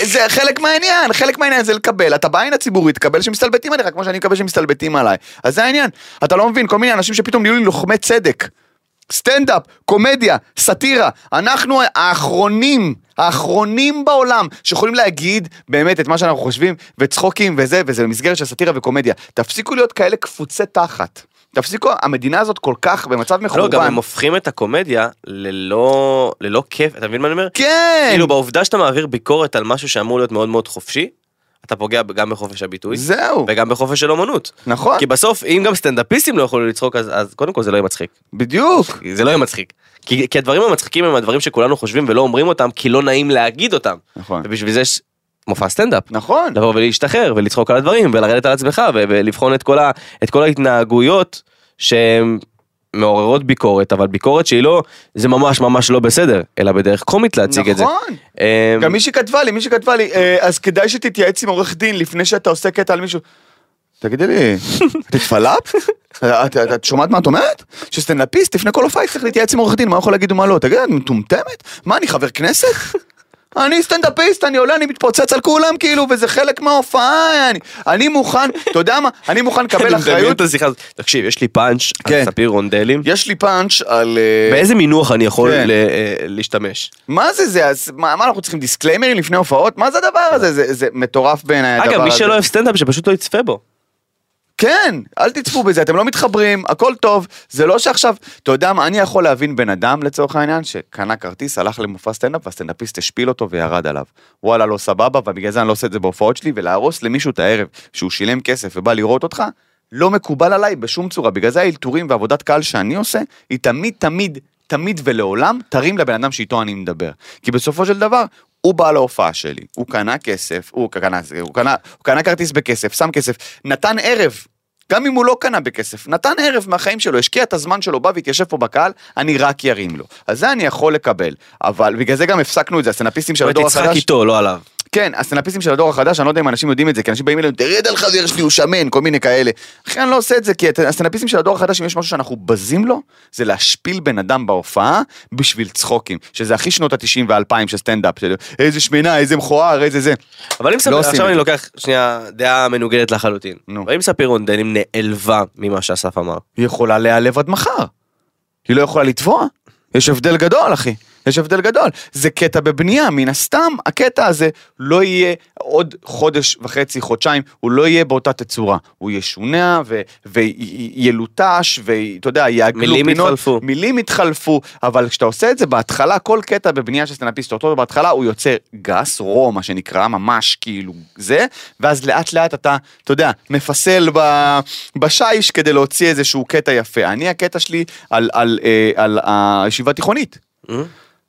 זה חלק מהעניין, חלק מהעניין זה לקבל. אתה בעין הציבורית, תקבל שמסתלבטים עליך, כמו שאני מקבל שמסתלבטים עליי. אז זה העניין. אתה לא מבין, כל מיני אנשים שפתאום נהיו לי לוחמי צדק. סטנדאפ, קומדיה, סאטירה, אנחנו האחרונים, האחרונים בעולם שיכולים להגיד באמת את מה שאנחנו חושבים, וצחוקים וזה, וזה במסגרת של סאטירה וקומדיה. תפסיקו להיות כאלה קפוצי תחת. תפסיקו, המדינה הזאת כל כך במצב מחורבן.
לא, גם הם הופכים את הקומדיה ללא ללא כיף, אתה מבין מה אני אומר?
כן!
כאילו בעובדה שאתה מעביר ביקורת על משהו שאמור להיות מאוד מאוד חופשי, אתה פוגע גם בחופש הביטוי,
זהו,
וגם בחופש של אומנות.
נכון,
כי בסוף, אם גם סטנדאפיסטים לא יכולו לצחוק, אז, אז קודם כל זה לא יהיה מצחיק.
בדיוק,
זה לא יהיה מצחיק. כי, כי הדברים המצחיקים הם הדברים שכולנו חושבים ולא אומרים אותם, כי לא נעים להגיד אותם.
נכון,
ובשביל זה יש מופע סטנדאפ.
נכון,
לבוא ולהשתחרר ולצחוק על הדברים ולרדת על עצמך ו- ולבחון את כל, ה, את כל ההתנהגויות שהן מעוררות ביקורת, אבל ביקורת שהיא לא, זה ממש ממש לא בסדר, אלא בדרך קומית להציג את זה.
נכון.
אמ,
גם מי שכתבה לי, מי שכתבה לי, "אה, אז כדאי שתתייעץ עם עורך דין לפני שאתה עושה קטע על מישהו. תגידי לי, את התפלפת? אה, את- את- את שומעת מה את אומרת? שסטנדאפיסט לפני כל הופעה יצטרך להתייעץ עם עורך דין, מה הוא יכול להגיד ומה לא? תגיד, את מטומטמת? מה, אני חבר כנסת? אני סטנדאפיסט, אני עולה, אני מתפוצץ על כולם, כאילו, וזה חלק מההופעה, אני, אני מוכן, אתה יודע מה, אני מוכן לקבל
אני מדמיין
אחריות,
כן, את השיחה הזאת. תקשיב, יש לי פאנץ'
כן.
על ספיר רונדלים.
יש לי פאנץ' על... אה,
באיזה מינוח אני יכול
כן.
ל- אה, להשתמש?
מה זה זה, אז מה, מה אנחנו צריכים דיסקליימרים לפני הופעות? מה זה הדבר הזה? זה, זה מטורף בעיניי הדבר הזה.
אגב, מי שלא אוהב סטנדאפ שפשוט לא יצפה בו.
כן, אל תצפו בזה, אתם לא מתחברים, הכל טוב, זה לא שעכשיו, אתה יודע מה, אני יכול להבין בן אדם לצורך העניין, שקנה כרטיס, הלך למופע סטנדאפ, והסטנדאפיסט השפיל אותו וירד עליו. וואלה, לא סבבה, ובגלל זה אני לא עושה את זה בהופעות שלי, ולהרוס למישהו את הערב, שהוא שילם כסף ובא לראות אותך, לא מקובל עליי בשום צורה, בגלל זה האלתורים ועבודת קהל שאני עושה, היא תמיד תמיד, תמיד ולעולם, תרים לבן אדם שאיתו אני מדבר. כי בסופו של דבר, הוא בא להופעה שלי, הוא קנה כסף, הוא קנה, הוא קנה, הוא קנה כרטיס בכסף, שם כסף, נתן ערב, גם אם הוא לא קנה בכסף, נתן ערב מהחיים שלו, השקיע את הזמן שלו, בא והתיישב פה בקהל, אני רק ירים לו. אז זה אני יכול לקבל. אבל בגלל זה גם הפסקנו את זה, הסטנאפיסטים של
אבל
הדור
תצחק
החדש...
איתו, לא עליו.
כן, הסטנאפיסטים של הדור החדש, אני לא יודע אם אנשים יודעים את זה, כי אנשים באים אלינו, תרד על חבר שלי, הוא שמן, כל מיני כאלה. אחי, אני לא עושה את זה, כי את- הסטנאפיסטים של הדור החדש, אם יש משהו שאנחנו בזים לו, זה להשפיל בן אדם בהופעה בשביל צחוקים, שזה הכי שנות התשעים והאלפיים של סטנדאפ, של איזה שמנה, איזה מכוער, איזה זה.
אבל אם ספיר,
עושים
עכשיו
את
אני
זה.
לוקח שנייה דעה מנוגדת לחלוטין.
נו.
אבל אם ספיר רונדלים נעלבה ממה שאסף אמר.
היא יכולה להיעלב עד מחר. היא לא יכולה לתבוע. יש הבדל גדול, אחי. יש הבדל גדול. זה קטע בבנייה, מן הסתם, הקטע הזה לא יהיה עוד חודש וחצי, חודשיים, הוא לא יהיה באותה תצורה. הוא ישונע ו- וילוטש, ואתה יודע, יעגלו
מילים יתחלפו.
כאילו, מילים התחלפו, אבל כשאתה עושה את זה בהתחלה, כל קטע בבנייה של סטנאפיסט, אותו בהתחלה הוא יוצא גס, רו, מה שנקרא, ממש כאילו זה, ואז לאט לאט אתה, אתה יודע, מפסל ב- בשיש כדי להוציא איזשהו קטע יפה. אני הקטע שלי על, על, אה, על הישיבה התיכונית.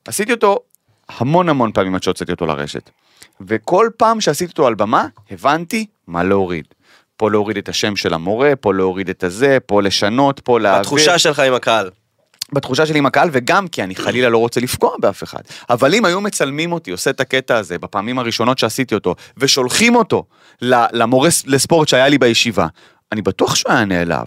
עשיתי אותו המון המון פעמים עד שהוצאתי אותו לרשת. וכל פעם שעשיתי אותו על במה, הבנתי מה להוריד. פה להוריד את השם של המורה, פה להוריד את הזה, פה לשנות, פה להעביר.
התחושה שלך עם הקהל.
בתחושה שלי עם הקהל, וגם כי אני חלילה לא רוצה לפגוע באף אחד. אבל אם היו מצלמים אותי, עושה את הקטע הזה, בפעמים הראשונות שעשיתי אותו, ושולחים אותו ל- למורה ס- לספורט שהיה לי בישיבה, אני בטוח שהוא היה נעלב.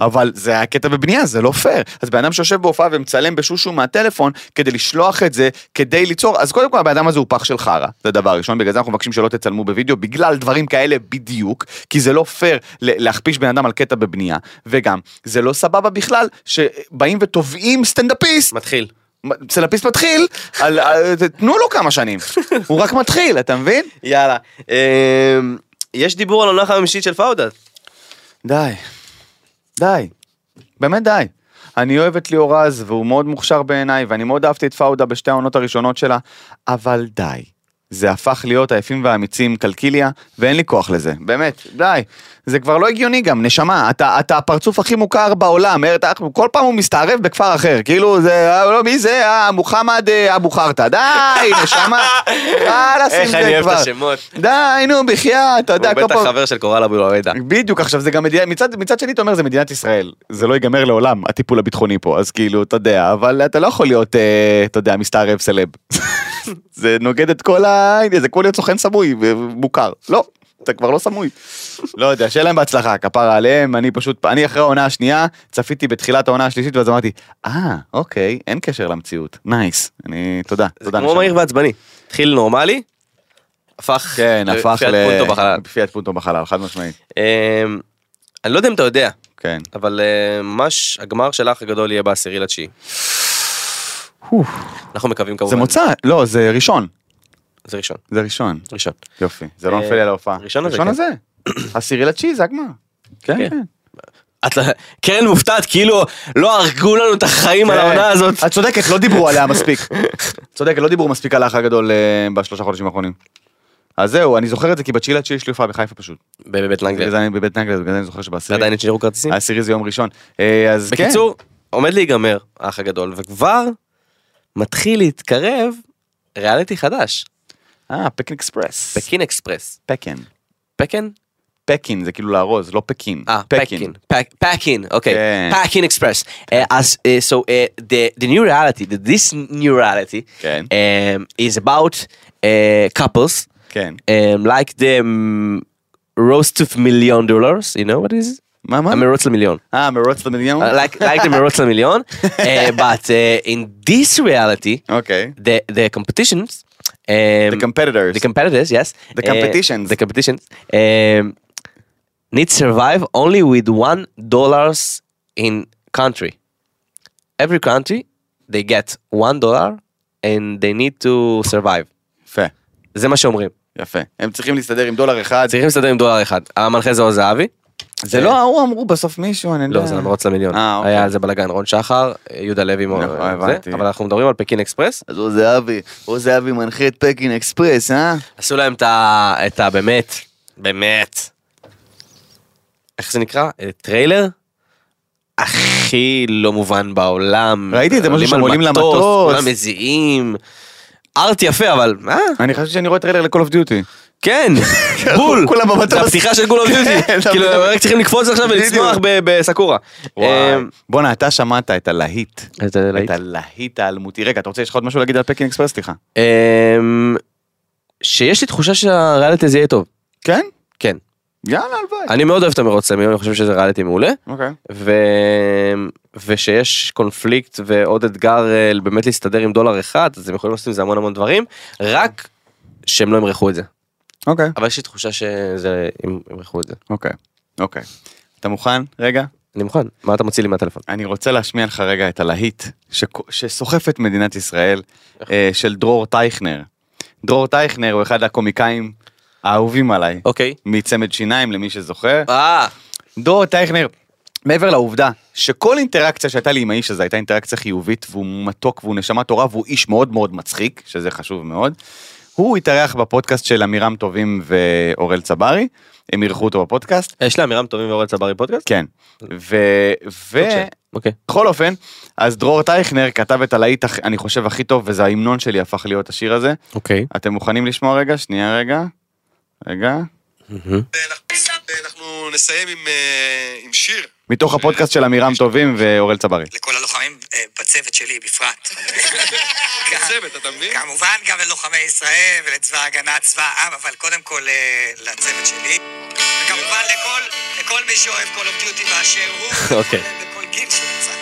אבל זה היה קטע בבנייה, זה לא פייר. אז בן אדם שיושב בהופעה ומצלם בשושו מהטלפון כדי לשלוח את זה, כדי ליצור, אז קודם כל הבן אדם הזה הוא פח של חרא, זה דבר ראשון, בגלל זה אנחנו מבקשים שלא תצלמו בווידאו, בגלל דברים כאלה בדיוק, כי זה לא פייר ל- להכפיש בן אדם על קטע בבנייה, וגם, זה לא סבבה בכלל שבאים ותובעים סטנדאפיסט,
מתחיל.
מ- סטנדאפיסט מתחיל, על, על, תנו לו כמה שנים, הוא רק מתחיל, אתה מבין?
יאללה. אמ, יש דיבור על עונה חמישית של פאודה.
די. די. באמת די. אני אוהב את ליאור רז, והוא מאוד מוכשר בעיניי, ואני מאוד אהבתי את פאודה בשתי העונות הראשונות שלה, אבל די. זה הפך להיות היפים והאמיצים קלקיליה, ואין לי כוח לזה, באמת, די. זה כבר לא הגיוני גם, נשמה, אתה, אתה הפרצוף הכי מוכר בעולם, אתה, כל פעם הוא מסתערב בכפר אחר, כאילו זה, אה, לא, מי זה, אה, מוחמד אה, אבו חרטא, די, נשמה, חלאס עם זה
איך
כבר.
אני אוהב את השמות.
די, נו, בחייאת, אתה
הוא
יודע, כל
בטח
פעם...
חבר של קורל אבו עבידה.
בדיוק עכשיו זה גם מדינה מצד מצד שני אתה אומר זה מדינת ישראל זה לא ייגמר לעולם הטיפול הביטחוני פה אז כאילו אתה יודע אבל אתה לא יכול להיות אה, אתה יודע מסתערב סלב זה נוגד את כל ה... זה כמו להיות סוכן סמוי ומוכר לא. אתה כבר לא סמוי. לא יודע, שיהיה להם בהצלחה, כפרה עליהם, אני פשוט, אני אחרי העונה השנייה, צפיתי בתחילת העונה השלישית, ואז אמרתי, אה, אוקיי, אין קשר למציאות, נייס, אני, תודה,
זה
תודה.
כמו
נשמה."
מהיר ועצבני. התחיל נורמלי, הפך
כן, הפך
לפיית פונטו בחלל.
פיאט פונטו בחלל, חד משמעית,
אמ, אני לא יודע אם אתה יודע,
כן.
אבל אה, ממש הגמר של האח הגדול יהיה בעשירי לתשיעי. אנחנו מקווים כמובן.
זה מוצא, לא, זה ראשון.
זה ראשון.
זה ראשון.
ראשון.
יופי. זה לא
אה,
נופל לי על ההופעה.
ראשון הזה, כן.
הזה. עשירי לתשיעי זה הגמר. כן,
כן.
כן.
את לא- קרן מופתעת כאילו לא הרגו לנו את החיים על
כן.
העונה הזאת.
את צודקת, לא דיברו עליה מספיק. צודקת, לא דיברו מספיק על האח הגדול אה, בשלושה חודשים האחרונים. אז זהו, אני זוכר את זה כי בתשיעי לתשיעי יש לי הופעה בחיפה פשוט.
כן. בבית
בגלל
לנגלר.
זה אני בבית נגלה, בגלל זה אני זוכר
עדיין
שבעשירי.
נשארו כרטיסים.
העשירי זה יום ראשון. אה, אז כן.
בקיצור, עומד להיגמר האח הגדול וכבר מתחיל להתקרב ריאליטי חדש.
אה, פקין אקספרס.
פקין אקספרס.
פקין.
פקן?
פקין זה כאילו לארוז, לא פקין.
אה, פקין. פק- פקין,
כן.
אוקיי. פקין אקספרס. אה, אז, אה, Eh, so, אה, the- the new reality, the- this new reality,
כן.
um, is about uh, couples,
כן.
um, like the um, roast of million dollars, you know what it is?
מה, מה?
המרוץ למיליון.
אה, מרוץ למדיון?
Uh, like, like the מרוץ למיליון, uh, but uh, Eh, in this reality,
אוקיי.
the, the competitions Um,
Oh. The competitors.
The competitors, yes.
The
Uh,
competitions.
the competitions. Um, need survive only with one dollars in country. Every country, they get one dollar, and they need to survive.
יפה,
זה מה שאומרים.
יפה. הם צריכים להסתדר עם דולר אחד.
צריכים להסתדר עם דולר אחד. המנחה זה או זהבי.
זה לא ההוא אמרו בסוף מישהו, אני
לא, זה למרוץ למיליון.
אה, אוקיי.
היה על זה בלאגן, רון שחר, אה, יהודה לוי, מו-
נכון,
זה.
הבנתי.
אבל אנחנו מדברים על פקין אקספרס.
אז או זהבי, או זהבי מנחה את פקין אקספרס, אה?
עשו להם את ה... את ה... באמת, באמת. איך זה נקרא? אה, טריילר? הכי לא מובן בעולם.
ראיתי את זה, משהו שהם
על
עולים
מטוס,
למטוס.
כולם מזיעים. ארט יפה, אבל... מה?
אני חושב שאני רואה טריילר לקול אוף דיוטי.
כן, בול.
כולם במטוס.
זה הפתיחה של כולם
כן,
דיוטי. כאילו, הם רק צריכים לקפוץ עכשיו ולצמוח
בדיוק.
ב- בסקורה. אה,
אמ, בואנה, אתה שמעת את הלהיט.
את הלהיט.
את הלהיט האלמותי. רגע, אתה רוצה, יש לך עוד משהו להגיד על פקין אקספרס? סליחה.
אמ, שיש לי תחושה שהריאליטי הזה יהיה טוב.
כן?
כן.
יאללה, הלוואי.
אני מאוד אוהב את המרוץ למיליון, אני חושב שזה ריאליטי מעולה.
אוקיי.
ו... ושיש קונפליקט ועוד אתגר אה, באמת להסתדר עם דולר אחד, אז הם יכולים לעשות עם זה המון המון דברים, רק שהם לא ימרחו את זה.
אוקיי.
אבל יש לי תחושה שזה, הם ימרחו את זה.
אוקיי. אוקיי. אתה מוכן? רגע.
אני מוכן, מה אתה מוציא לי מהטלפון?
אני רוצה להשמיע לך רגע את הלהיט שכו- שסוחף את מדינת ישראל, אה, של דרור טייכנר. דרור טייכנר הוא אחד הקומיקאים האהובים עליי.
אוקיי.
מצמד שיניים למי שזוכר.
אה,
דור טייכנר, מעבר לעובדה שכל אינטראקציה שהייתה לי עם האיש הזה הייתה אינטראקציה חיובית והוא מתוק והוא נשמה תורה והוא איש מאוד מאוד מצחיק, שזה חשוב מאוד. הוא התארח בפודקאסט של עמירם טובים ואורל צברי, הם אירחו אותו בפודקאסט,
אה, יש להם עמירם טובים ואורל צברי פודקאסט?
כן. ו... ו...
אוקיי.
בכל אופן, אז דרור טייכנר כתב את הלהיט, הכ- אני חושב, הכי טוב, וזה ההמנון שלי הפך להיות השיר הזה.
אוקיי.
אתם מוכנים לשמוע רגע? שנייה רגע. רגע.
אנחנו נסיים עם, אה, עם שיר
מתוך הפודקאסט של עמירם טובים ואורל צברי.
לכל הלוחמים אה, בצוות שלי בפרט.
לצוות, אתה מבין?
כמובן גם ללוחמי ישראל ולצבא ההגנה, צבא העם, אבל קודם כל אה, לצוות שלי. וכמובן לכל, לכל מי שאוהב Call of Duty באשר הוא,
אוקיי.
בכל גיל שנמצא.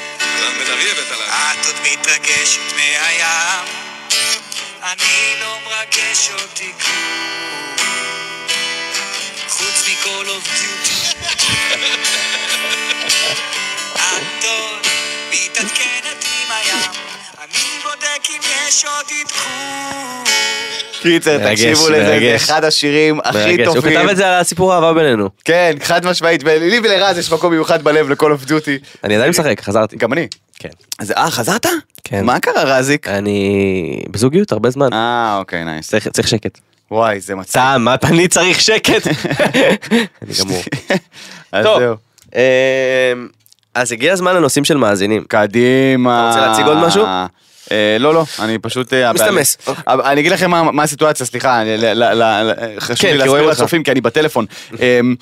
רן בן ארי הבאת לנו.
את עוד מתרגשת מהים, אני לא מרגש אותי כלום, חוץ מכל אוף דיוטי. את עוד מתעדכנת עם הים, אני בודק אם יש עוד עדכון.
קיצר,
מרגש,
תקשיבו לזה, זה
מרגש.
אחד השירים הכי
מרגש. הוא
טובים.
כתב את זה על הסיפור האהבה בינינו.
כן, חד משמעית, ולי ולרז יש מקום מיוחד בלב ל-call of duty.
אני עדיין משחק, חזרתי.
גם אני.
כן.
אז אה, חזרת?
כן.
מה קרה, רזיק?
אני בזוגיות הרבה זמן.
אה, אוקיי, נייס.
צריך צריך שקט.
וואי, זה מצב.
סתם, מה אני צריך שקט? אני גמור.
אז
טוב,
זהו.
אמ, אז הגיע הזמן לנושאים של מאזינים.
קדימה.
אתה רוצה להציג עוד משהו?
אה, לא, לא, אני פשוט... אה, הבעלים.
מסתמס.
אבל אני אגיד לכם מה מה הסיטואציה, סליחה, ל- ל- ל- ל- חשוב
כן,
לי
כי
להסביר
רואים אותך.
לצופים כי אני בטלפון. אמ,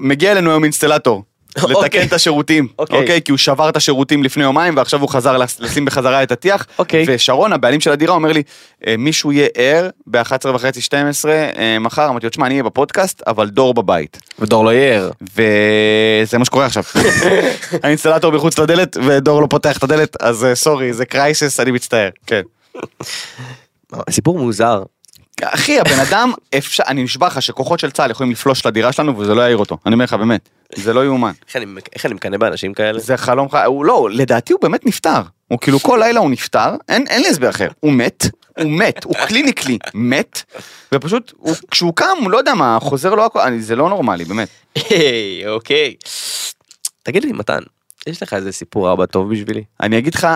מגיע אלינו היום אינסטלטור. לתקן
אוקיי.
את השירותים,
אוקיי.
אוקיי? כי הוא שבר את השירותים לפני יומיים ועכשיו הוא חזר לס- לשים בחזרה את הטיח.
אוקיי.
ושרון, הבעלים של הדירה, אומר לי, "אה, מישהו יהיה ער ב-11 וחצי, 12 אה, מחר, אמרתי לו, תשמע, אני אהיה בפודקאסט, אבל דור בבית.
ודור לא יער.
וזה מה שקורה עכשיו. האינסטלטור מחוץ לדלת ודור לא פותח את הדלת אז אה, סורי זה קרייסס אני מצטער. כן.
סיפור מוזר.
אחי הבן אדם אפשר אני נשבע לך שכוחות של צה"ל יכולים לפלוש לדירה שלנו וזה לא יעיר אותו אני אומר לך באמת זה לא יאומן.
איך אני- איך אני מקנא באנשים כאלה?
זה חלום ח... הוא לא לדעתי הוא באמת נפטר. הוא כאילו כל לילה הוא נפטר אין אין לי הסבר אחר הוא מת הוא מת הוא קליניקלי מת ופשוט הוא, כשהוא קם הוא לא יודע מה חוזר לו הכל אני- זה לא נורמלי באמת.
היי, אוקיי. תגיד לי, מתן, יש לך איזה סיפור אבא טוב בשבילי?
אני אגיד לך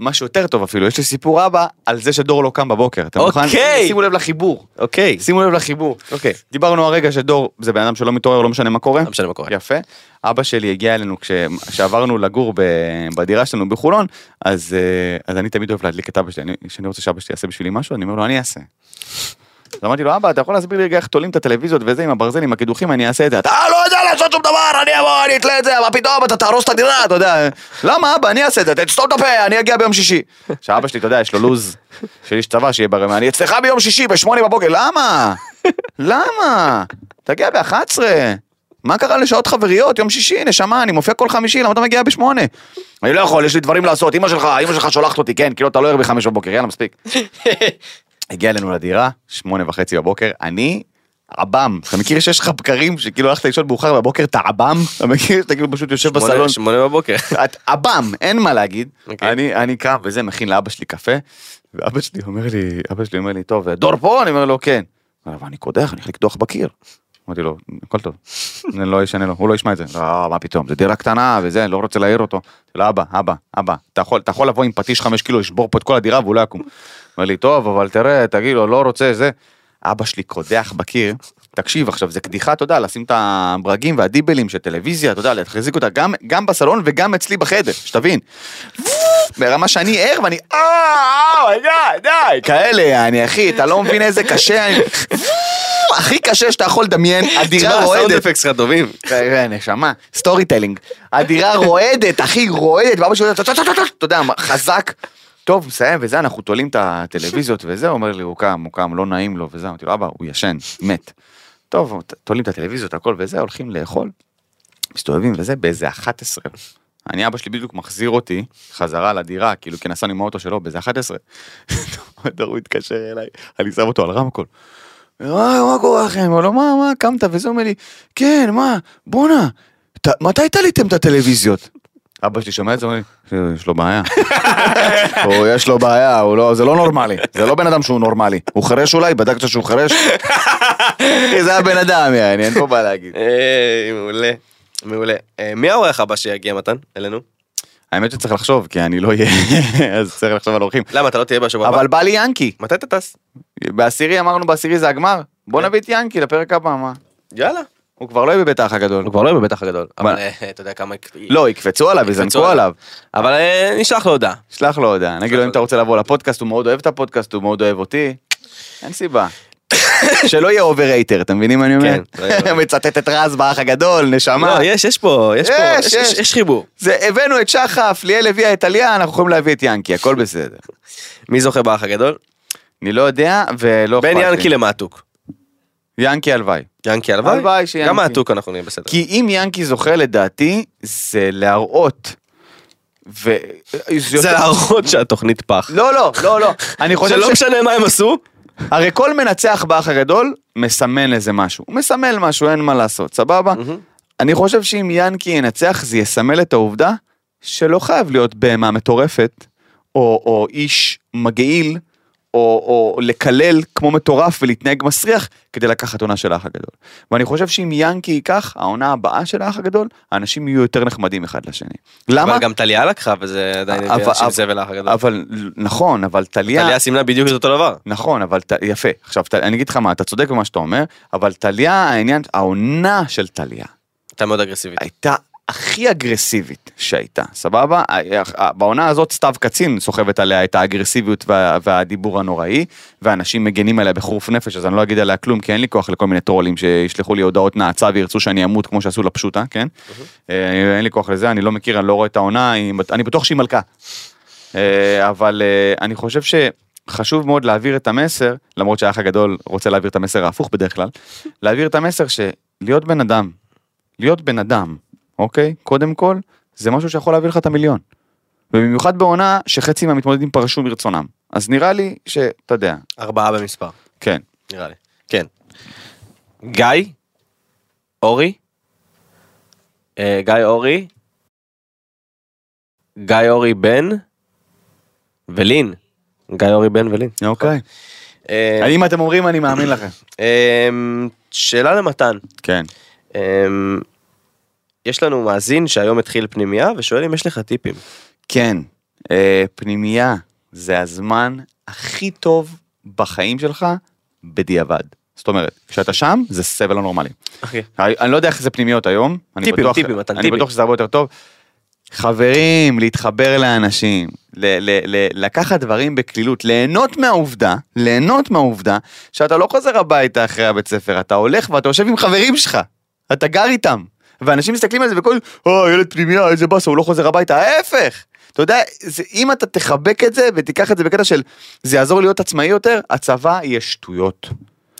משהו יותר טוב אפילו, יש לי סיפור אבא על זה שדור לא קם בבוקר, אתה מוכן?
אוקיי.
שימו לב לחיבור,
אוקיי.
שימו לב לחיבור.
אוקיי.
דיברנו הרגע שדור זה בן אדם שלא מתעורר, לא משנה מה קורה.
לא משנה מה קורה.
יפה. אבא שלי הגיע אלינו כשעברנו לגור ב... בדירה שלנו בחולון, אז, אה, אז אני תמיד אוהב להדליק את אבא שלי, אני- כשאני רוצה שאבא שלי יעשה בשבילי משהו, אני אומר לו אני אעשה. אז אמרתי לו אבא אתה יכול להסביר לי רגע איך תולים את הטלוויזיות וזה עם הברזל עם הקידוחים אני אעשה את זה. אתה "אה, לא יודע לעשות שום דבר אני אבוא אני אתלה את זה מה פתאום אתה תהרוס את הדירה אתה יודע. למה אבא אני אעשה את זה תסתום את הפה אני אגיע ביום שישי. שאבא שלי אתה יודע יש לו לו"ז של איש צבא שיהיה ברמה אני אצלך ביום שישי בשמונה בבוקר למה? למה? תגיע ב-11. מה קרה לשעות חבריות? יום שישי, נשמה, אני מופיע כל חמישי, למה אתה מגיע בשמונה? אני לא יכול, יש לי דברים לעשות, אמא שלך, אמא שלך שולחת אותי, כן, כאילו אתה לא ער בחמש בבוקר, יאללה, מספיק. הגיע אלינו לדירה, שמונה וחצי בבוקר, אני עב"ם. אתה מכיר שיש לך בקרים שכאילו הלכת לישון מאוחר בבוקר, אתה עב"ם? אתה מכיר? אתה כאילו פשוט יושב
שמונה-
בסלון.
שמונה בבוקר.
את עב"ם, אין מה להגיד.
אוקיי.
אני אני קם וזה מכין לאבא שלי קפה, ואבא שלי אומר לי, אבא שלי אומר לי, טוב, דור פה? אני אומר לו, כן. הוא אומר, אבל אני קודח, אני הולך לקדוח בקיר. אמרתי לו, הכל טוב, אני לא אשנה לו, הוא לא ישמע את זה. לא, מה פתאום, זו דירה קטנה וזה, אני לא רוצה להעיר אותו. אמרתי לו, אבא, אבא, אבא, אתה יכול, אתה יכול לבוא עם פטיש חמש קילו, לשבור פה את כל הדירה והוא לא יקום. אומר לי, טוב, אבל תראה, תגיד לו, לא רוצה זה. אבא שלי קודח בקיר, תקשיב, עכשיו זה קדיחה, אתה יודע, לשים את הברגים והדיבלים של טלוויזיה, אתה יודע, להחזיק אותה גם, גם בסלון וגם אצלי בחדר, שתבין. ברמה שאני ער ואני אה, אה, די, די, כאלה, אני אחי, אתה לא מבין איזה קשה, אני- הכי קשה שאתה יכול לדמיין, הדירה
הסאונד
רועדת.
אפקס שלך טובים.
כן, נשמה, סטורי טלינג. הדירה רועדת, אחי, רועדת, ואבא שלי אומר, "טו, טו, טו, טו, טו", אתה יודע, חזק. טוב, מסיים וזה, אנחנו תולים את הטלוויזיות וזה, הוא אומר לי, הוא קם, הוא קם, לא נעים לו וזה, אמרתי לו, אבא, הוא ישן, מת. טוב, ת- תולים את הטלוויזיות, הכל וזה, הולכים לאכול, מסתובבים וזה, באיזה 11. אני, אבא שלי בדיוק מחזיר אותי חזרה לדירה, כאילו, כי נסענו עם האוטו שלו באיזה 11. הוא התקשר אליי, אני שם אותו על רמקול. מה, מה קורה לכם? הוא לא, מה, מה, קמת? וזה אומר לי, כן, מה, בואנה, ת- מתי תליתם את הטלוויזיות? אבא שלי שומע את זה, אומר לי, יש לו בעיה. הוא, יש לו בעיה, הוא לא, זה לא נורמלי, זה לא בן אדם שהוא נורמלי. הוא חירש אולי? בדקת שהוא חירש? זה הבן אדם, יעני, אין פה מה להגיד.
אה, מעולה. מעולה. אה, מי האורח הבא שיגיע מתן? אלינו?
האמת שצריך לחשוב, כי אני לא אהיה, אז צריך לחשוב על אורחים.
למה אתה לא תהיה בשבוע הבא?
אבל בא לי ינקי.
מתי אתה טס?
בעשירי אמרנו, בעשירי זה הגמר, בוא נביא את ינקי לפרק הבא, מה?
יאללה.
הוא כבר לא יהיה בבית האח הגדול.
הוא כבר לא יהיה בבטח הגדול. אבל
מה?
אה, אתה יודע כמה...
לא, יקפצו עליו, יזנקו
עליו.
עליו.
אבל אה, נשלח לו הודעה.
שלח לו הודעה, נגיד לו אם אתה רוצה לבוא לפודקאסט, הוא מאוד אוהב את הפודקאסט, הוא מאוד אוהב אותי, אין סיבה. שלא יהיה אוברייטר, אתם מבינים מה אני אומר?
כן, ראינו.
מצטט את רז באח הגדול, נשמה.
לא, יש, יש פה, יש פה,
יש,
יש-
יש.
יש- יש חיבור.
זה, הבאנו את שחף, ליאל הביאה את עליה, אנחנו יכולים להביא את ינקי, הכל בסדר.
מי זוכה באח הגדול?
אני לא יודע, ולא
בין
אכפת לי.
ינקי למעתוק.
ינקי הלוואי.
ינקי הלוואי?
הלוואי שיאנקי.
גם מעתוק אנחנו נהיה בסדר.
כי אם ינקי זוכה לדעתי, זה להראות. ו...
זה להראות שהתוכנית פח.
לא, לא, לא, לא. אני חושב
שלא משנה מה הם עשו,
הרי כל מנצח באח הגדול מסמן איזה משהו. הוא מסמל משהו, אין מה לעשות, סבבה? אני חושב שאם ינקי ינצח זה יסמל את העובדה שלא חייב להיות בהמה מטורפת, או, או איש מגעיל, או, או לקלל כמו מטורף ולהתנהג מסריח כדי לקחת עונה של האח הגדול. ואני חושב שאם ינקי ייקח, העונה הבאה של האח הגדול, האנשים יהיו יותר נחמדים אחד לשני. למה?
אבל גם טליה לקחה וזה עדיין הביא
אבל-
אנשים זבל האח הגדול.
אבל נכון, אבל טליה...
טליה סימנה בדיוק את אותו דבר.
נכון, אבל ת- יפה. עכשיו, ת- אני אגיד לך מה, אתה צודק במה שאתה אומר, אבל טליה, העניין, העונה של טליה
הייתה מאוד אגרסיבית.
הייתה הכי אגרסיבית שהייתה, סבבה? ה- ה- בעונה הזאת סתיו קצין סוחבת עליה את האגרסיביות וה, והדיבור הנוראי, ואנשים מגנים עליה בחירוף נפש, אז אני לא אגיד עליה כלום, כי אין לי כוח לכל מיני טרולים שישלחו לי הודעות נאצה וירצו שאני אמות כמו שעשו לפשוטה, כן? אה, אין לי כוח לזה, אני לא מכיר, אני לא רואה את העונה, היא- אני בטוח שהיא מלכה. אה, אבל אה, אני חושב שחשוב מאוד להעביר את המסר, למרות שהאח הגדול רוצה להעביר את המסר ההפוך בדרך כלל, להעביר את המסר שלהיות בן אדם, להיות בן אדם, אוקיי? קודם כל, זה משהו שיכול להביא לך את המיליון. ובמיוחד בעונה שחצי מהמתמודדים פרשו מרצונם. אז נראה לי שאתה יודע,
ארבעה במספר,
כן.
נראה לי. כן. גיא, אורי, אה, גיא אורי, גיא אורי בן ולין. גיא אורי בן ולין.
אוקיי.
אה,
אם אתם אומרים, אני מאמין לכם.
אה, שאלה למתן.
כן.
אמ, יש לנו מאזין שהיום התחיל פנימייה ושואל אם יש לך טיפים.
כן, אה, פנימייה זה הזמן הכי טוב בחיים שלך בדיעבד. זאת אומרת, כשאתה שם, זה סבל לא נורמלי.
אחי.
אני אני לא יודע איך זה פנימיות היום. אני
טיפים,
בטוח-
טיפים, מתן,
אני
טיפים.
בטוח שזה הרבה יותר טוב. חברים, להתחבר לאנשים, ל- ל- ל- לקחת דברים בקלילות, ליהנות מהעובדה, ליהנות מהעובדה שאתה לא חוזר הביתה אחרי הבית ספר, אתה הולך ואתה יושב עם חברים שלך, אתה גר איתם, ואנשים מסתכלים על זה וכל, אה, ילד פנימיה, איזה באסה, הוא לא חוזר הביתה, ההפך. אתה יודע, זה, אם אתה תחבק את זה ותיקח את זה בקטע של זה יעזור להיות עצמאי יותר, הצבא יהיה שטויות.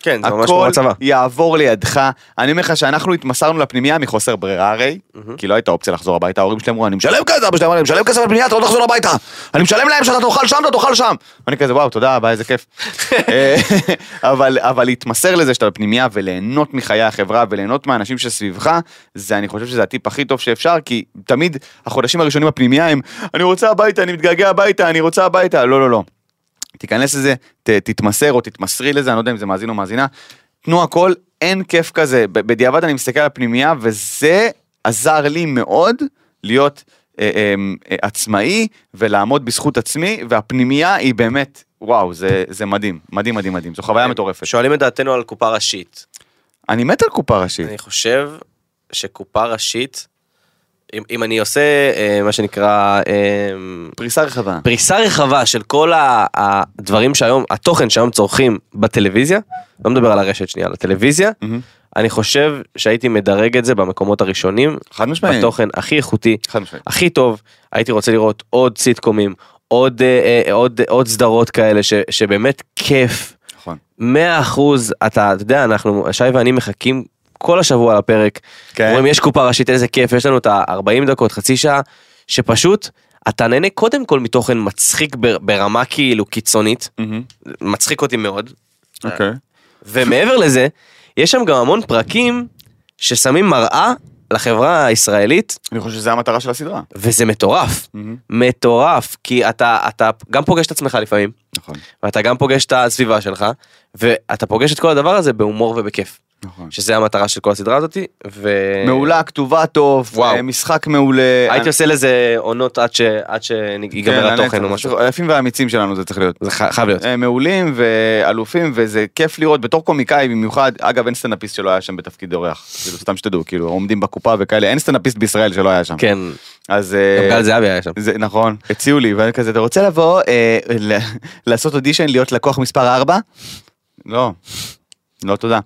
כן, זה ממש כמו
הכל
בצבא.
יעבור לידך. אני אומר לך שאנחנו התמסרנו לפנימייה מחוסר ברירה הרי, כי לא הייתה אופציה לחזור הביתה, ההורים שלי אמרו, אני משלם כסף, אבא שלי אמר, אני משלם כסף לפנימייה, אתה לא תחזור הביתה. אני משלם להם שאתה תאכל שם, אתה תאכל שם. אני כזה, וואו, תודה רבה, איזה כיף. אה, אבל אבל להתמסר לזה שאתה בפנימייה וליהנות מחיי החברה וליהנות מהאנשים שסביבך, זה, אני חושב שזה הטיפ הכי טוב שאפשר, כי תמיד החודשים הראשונים בפנימייה הם, אני רוצה הביתה, אני מתגעגע הביתה, אני רוצה הביתה, לא, לא, לא. תיכנס לזה, ת, תתמסר או תתמסרי לזה, אני לא יודע אם זה מאזין או מאזינה, תנו הכל, אין כיף כזה. ב- בדיעבד אני מסתכל על הפנימייה, וזה עזר לי מאוד להיות אה, אה, אה, עצמאי ולעמוד בזכות עצמי, והפנימייה היא באמת, וואו, זה, זה מדהים, מדהים, מדהים, מדהים, זו חוויה מטורפת.
שואלים את דעתנו על קופה ראשית.
אני מת על קופה ראשית.
אני חושב שקופה ראשית, אם, אם אני עושה אה, מה שנקרא אה,
פריסה רחבה.
פריסה רחבה של כל ה- הדברים שהיום, התוכן שהיום צורכים בטלוויזיה, לא מדבר על הרשת שנייה, על הטלוויזיה,
מהמם.
אני חושב שהייתי מדרג את זה במקומות הראשונים,
חד משמעית.
בתוכן הכי איכותי,
חד משמעית.
הכי טוב, הייתי רוצה לראות עוד סיטקומים, עוד, אה, אה, עוד, עוד סדרות כאלה ש, שבאמת כיף,
נכון.
100% אתה, אתה יודע, אנחנו, שי ואני מחכים כל השבוע לפרק,
כן.
אומרים יש קופה ראשית איזה כיף, יש לנו את ה-40 דקות, חצי שעה, שפשוט אתה נהנה קודם כל מתוכן מצחיק בר- ברמה כאילו קיצונית,
מהמם.
מצחיק אותי מאוד,
אוקיי.
ומעבר לזה, יש שם גם המון פרקים ששמים מראה לחברה הישראלית,
אני חושב שזו המטרה של הסדרה.
וזה מטורף,
מהמם.
מטורף, כי אתה, אתה גם פוגש את עצמך לפעמים,
נכון.
ואתה גם פוגש את הסביבה שלך, ואתה פוגש את כל הדבר הזה בהומור ובכיף.
נכון.
שזה המטרה של כל הסדרה הזאתי, ו...
מעולה, כתובה טוב,
וואו.
אה, משחק מעולה.
הייתי עושה לזה עונות עד ש- עד שיגמר
כן,
התוכן
לנצח.
או משהו.
היפים והאמיצים שלנו זה צריך להיות.
זה ח- חייב להיות.
הם מעולים ואלופים וזה כיף לראות בתור קומיקאי במיוחד אגב אין סטנדאפיסט שלא היה שם בתפקיד אורח כאילו סתם שתדעו כאילו עומדים בקופה וכאלה אין סטנדאפיסט בישראל שלא היה שם
כן,
אז
גם
אה,
גל זהבי היה שם.
זה נכון הציעו לי ואני כזה אתה רוצה לבוא אה, ל- לעשות אודישן להיות לקוח מספר 4? לא. לא תודה.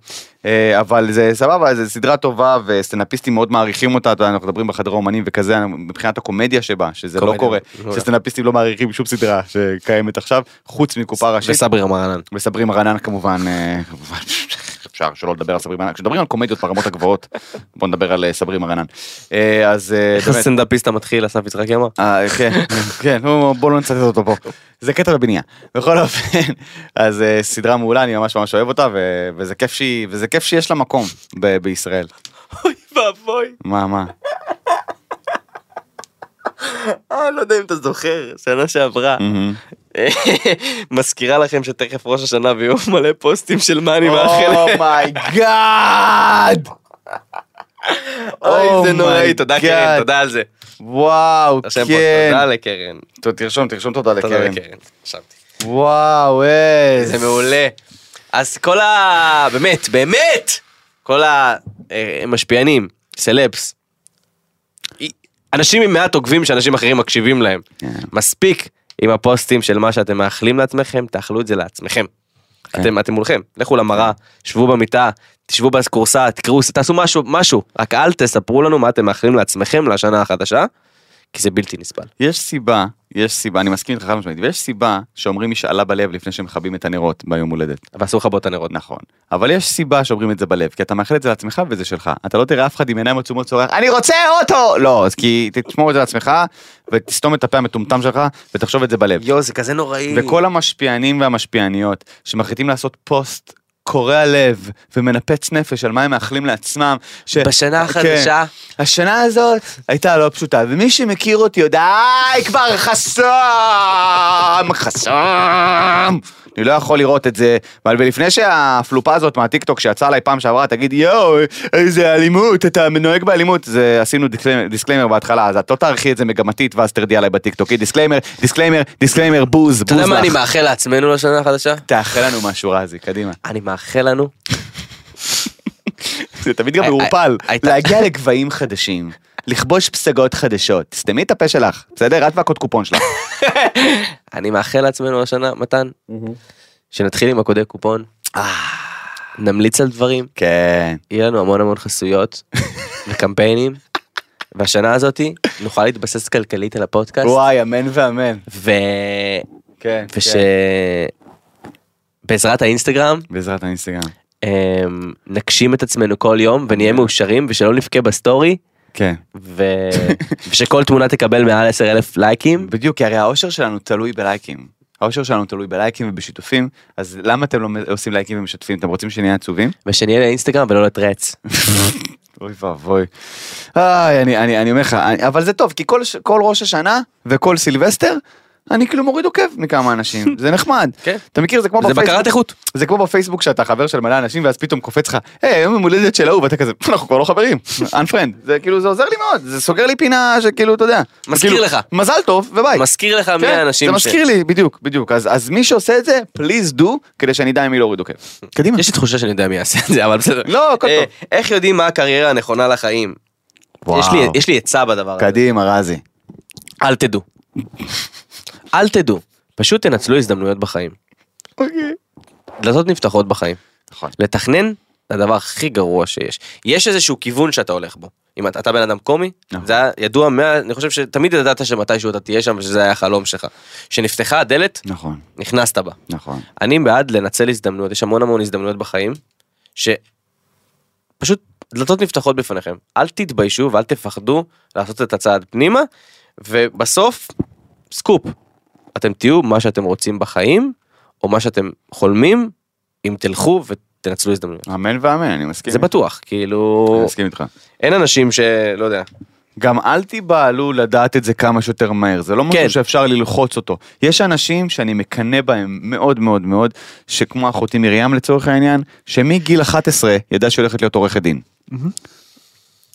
אה, אבל זה סבבה, זו סדרה טובה וסטנדאפיסטים מאוד מעריכים אותה, אתה יודע, אנחנו מדברים בחדר האומנים וכזה, מבחינת הקומדיה שבה, שזה לא
קומדיה,
קורה,
מעולה.
שסטנדאפיסטים לא מעריכים שום סדרה שקיימת עכשיו, חוץ מקופה ראשית.
וסברי רמרנן.
וסברי מרנן כמובן, אה, כמובן, אפשר שלא לדבר על סברי מרנן, כשמדברים על קומדיות ברמות הגבוהות, בוא נדבר על אה, סברי מרנן. אה, אז אה,
איך
באמת,
הסטנדאפיסט המתחיל אסף יצחקי אמר?
אה, כן, כן, נו, בוא לא נצטט אותו פה. זה קטע בבנייה. בכל אופן, אז אה, סדרה מעולה, אני ממש ממש אוהב אותה, ו- וזה כיף שהיא, וזה כיף שיש לה מקום ב- בישראל.
אוי ואבוי,
מה, מה?
אה, לא יודע אם אתה זוכר, שנה שעברה.
מהמם.
מזכירה לכם שתכף ראש השנה ויהיו מלא פוסטים של מה אני
Oh
מאחל.
אומייגאד!
אוי, זה נוראי,
אומייגאד.
תודה קרן, תודה על זה.
Oh וואו,
תרשם פה, תודה
כן.
לקרן.
טוב, תרשום, תרשום תודה
תודה
לקרן.
לקרן. רשמתי.
וואו, איזה.
זה מעולה. אז כל ה... באמת, באמת! כל המשפיענים, סלבס, אנשים עם מעט עוקבים שאנשים אחרים מקשיבים להם.
כן.
מספיק עם הפוסטים של מה שאתם מאחלים לעצמכם, תאכלו את זה לעצמכם.
כן.
אתם אתם מולכם, לכו למראה, שבו במיטה, תשבו בכורסה, תקראו, תעשו משהו, משהו, רק אל תספרו לנו מה אתם מאחלים לעצמכם לשנה החדשה, כי זה בלתי נסבל.
יש סיבה, יש סיבה, אני מסכים איתך חד משמעית, ויש סיבה שאומרים משאלה בלב לפני שמכבים את הנרות ביום הולדת.
ואסור לכבות את הנרות.
נכון. אבל יש סיבה שאומרים את זה בלב, כי אתה מאחל את זה לעצמך וזה שלך. אתה לא תראה אף אחד עם עיניים עצומות צורח, אני רוצה אוטו! לא, אז כי תשמור את זה לעצמך, ותסתום את הפה המטומטם שלך, ותחשוב את זה בלב.
יואו, זה כזה נוראי.
וכל המשפיענים והמשפיעניות שמחליטים לעשות פוסט קורע לב ומנפץ נפש על מה הם מאחלים לעצמם. ש...
בשנה החדשה.
כן. השנה הזאת הייתה לא פשוטה, ומי שמכיר אותי יודע, די כבר חסם, חסם. אני לא יכול לראות את זה, אבל ולפני שהפלופה הזאת מהטיקטוק שיצאה עליי פעם שעברה, תגיד יואו, איזה אלימות, אתה נוהג באלימות, זה עשינו דיסקליימר, דיסקליימר בהתחלה, אז את לא תערכי את זה מגמתית ואז תרדי עליי בטיקטוק, כי דיסקליימר, דיסקליימר, דיסקליימר, בוז, בוז לך.
אתה יודע מה אני מאחל לעצמנו לשנה החדשה?
תאחל לנו משהו רזי, קדימה.
אני מאחל לנו
זה תמיד גם
הי-
מעורפל.
הי- הייתה-
להגיע לגבהים חדשים, לכבוש פסגות חדשות, תסתמי את הפה שלך, בסדר? את והקוד קופון שלך.
אני מאחל לעצמנו השנה, מתן, שנתחיל עם הקודי קופון,
אה.
נמליץ על דברים,
כן.
יהיה לנו המון המון חסויות וקמפיינים, והשנה הזאתי נוכל להתבסס כלכלית על הפודקאסט,
וואי, אמן ואמן.
ו...
כן.
וש... בעזרת האינסטגרם
בעזרת האינסטגרם.
אה, נגשים את עצמנו כל יום ונהיה מאושרים ושלא נבכה בסטורי.
כן.
ו... ושכל תמונה תקבל מעל 10 אלף לייקים.
בדיוק, כי הרי האושר שלנו תלוי בלייקים. האושר שלנו תלוי בלייקים ובשיתופים, אז למה אתם לא עושים לייקים ומשתפים? אתם רוצים שנהיה עצובים?
ושנהיה לאינסטגרם ולא לטרץ.
אוי ואבוי. איי, אני, אני, אני אומר לך, אני- אבל זה טוב, כי כל, ש- כל ראש השנה וכל סילבסטר, אני כאילו מוריד עוקב מכמה אנשים, זה נחמד.
כן.
אתה מכיר, זה כמו
זה בקרת איכות.
זה כמו בפייסבוק שאתה חבר של מלא אנשים, ואז פתאום קופץ לך, היי, היום יום הולדת של ההוא, ואתה כזה, אנחנו כבר לא חברים, unfriend. זה כאילו, זה עוזר לי מאוד, זה סוגר לי פינה שכאילו, אתה יודע.
מזכיר
כאילו,
לך.
מזל טוב, וביי.
מזכיר לך מי
כן,
האנשים
זה
ש-
מזכיר לי, בדיוק, בדיוק. אז אז מי שעושה את זה, please do, כדי שאני אדע עם מי להוריד עוקב. קדימה.
יש לי תחושה שאני יודע מי יעשה את זה אבל בסדר.
לא, הכל
אה,
טוב.
איך יודעים מה הקריירה הנכונה לחיים?
וואו.
יש לי- יש לי עצה בדבר הזה.
קדימה, רזי.
אל תדעו. אל תדעו. פשוט תנצלו הזדמנויות בחיים.
אוקיי.
דלתות נפתחות בחיים.
נכון.
לתכנן זה הדבר הכי גרוע שיש. יש איזשהו כיוון שאתה הולך בו. אם אתה, אתה בן אדם קומי,
נכון.
זה היה ידוע, מה, אני חושב שתמיד ידעת שמתישהו אתה תהיה שם ושזה היה החלום שלך. כשנפתחה הדלת,
נכון,
נכנסת בה.
נכון.
אני בעד לנצל הזדמנויות, יש המון המון הזדמנויות בחיים, שפשוט דלתות נפתחות בפניכם. אל תתביישו ואל תפחדו לעשות את הצעד פנימה, ובסוף, סקופ. אתם תהיו מה שאתם רוצים בחיים, או מה שאתם חולמים, אם תלכו ותנצלו הזדמנויות.
אמן ואמן, אני מסכים.
זה בטוח, כאילו,
כן. אני מסכים איתך.
אין אנשים שלא יודע.
גם אל תיבהלו לדעת את זה כמה שיותר מהר, זה לא
כן.
משהו שאפשר ללחוץ אותו. יש אנשים שאני מקנא בהם מאוד מאוד מאוד, שכמו אחותי מרים לצורך העניין, שמגיל 11 ידעה שהיא הולכת להיות עורכת דין.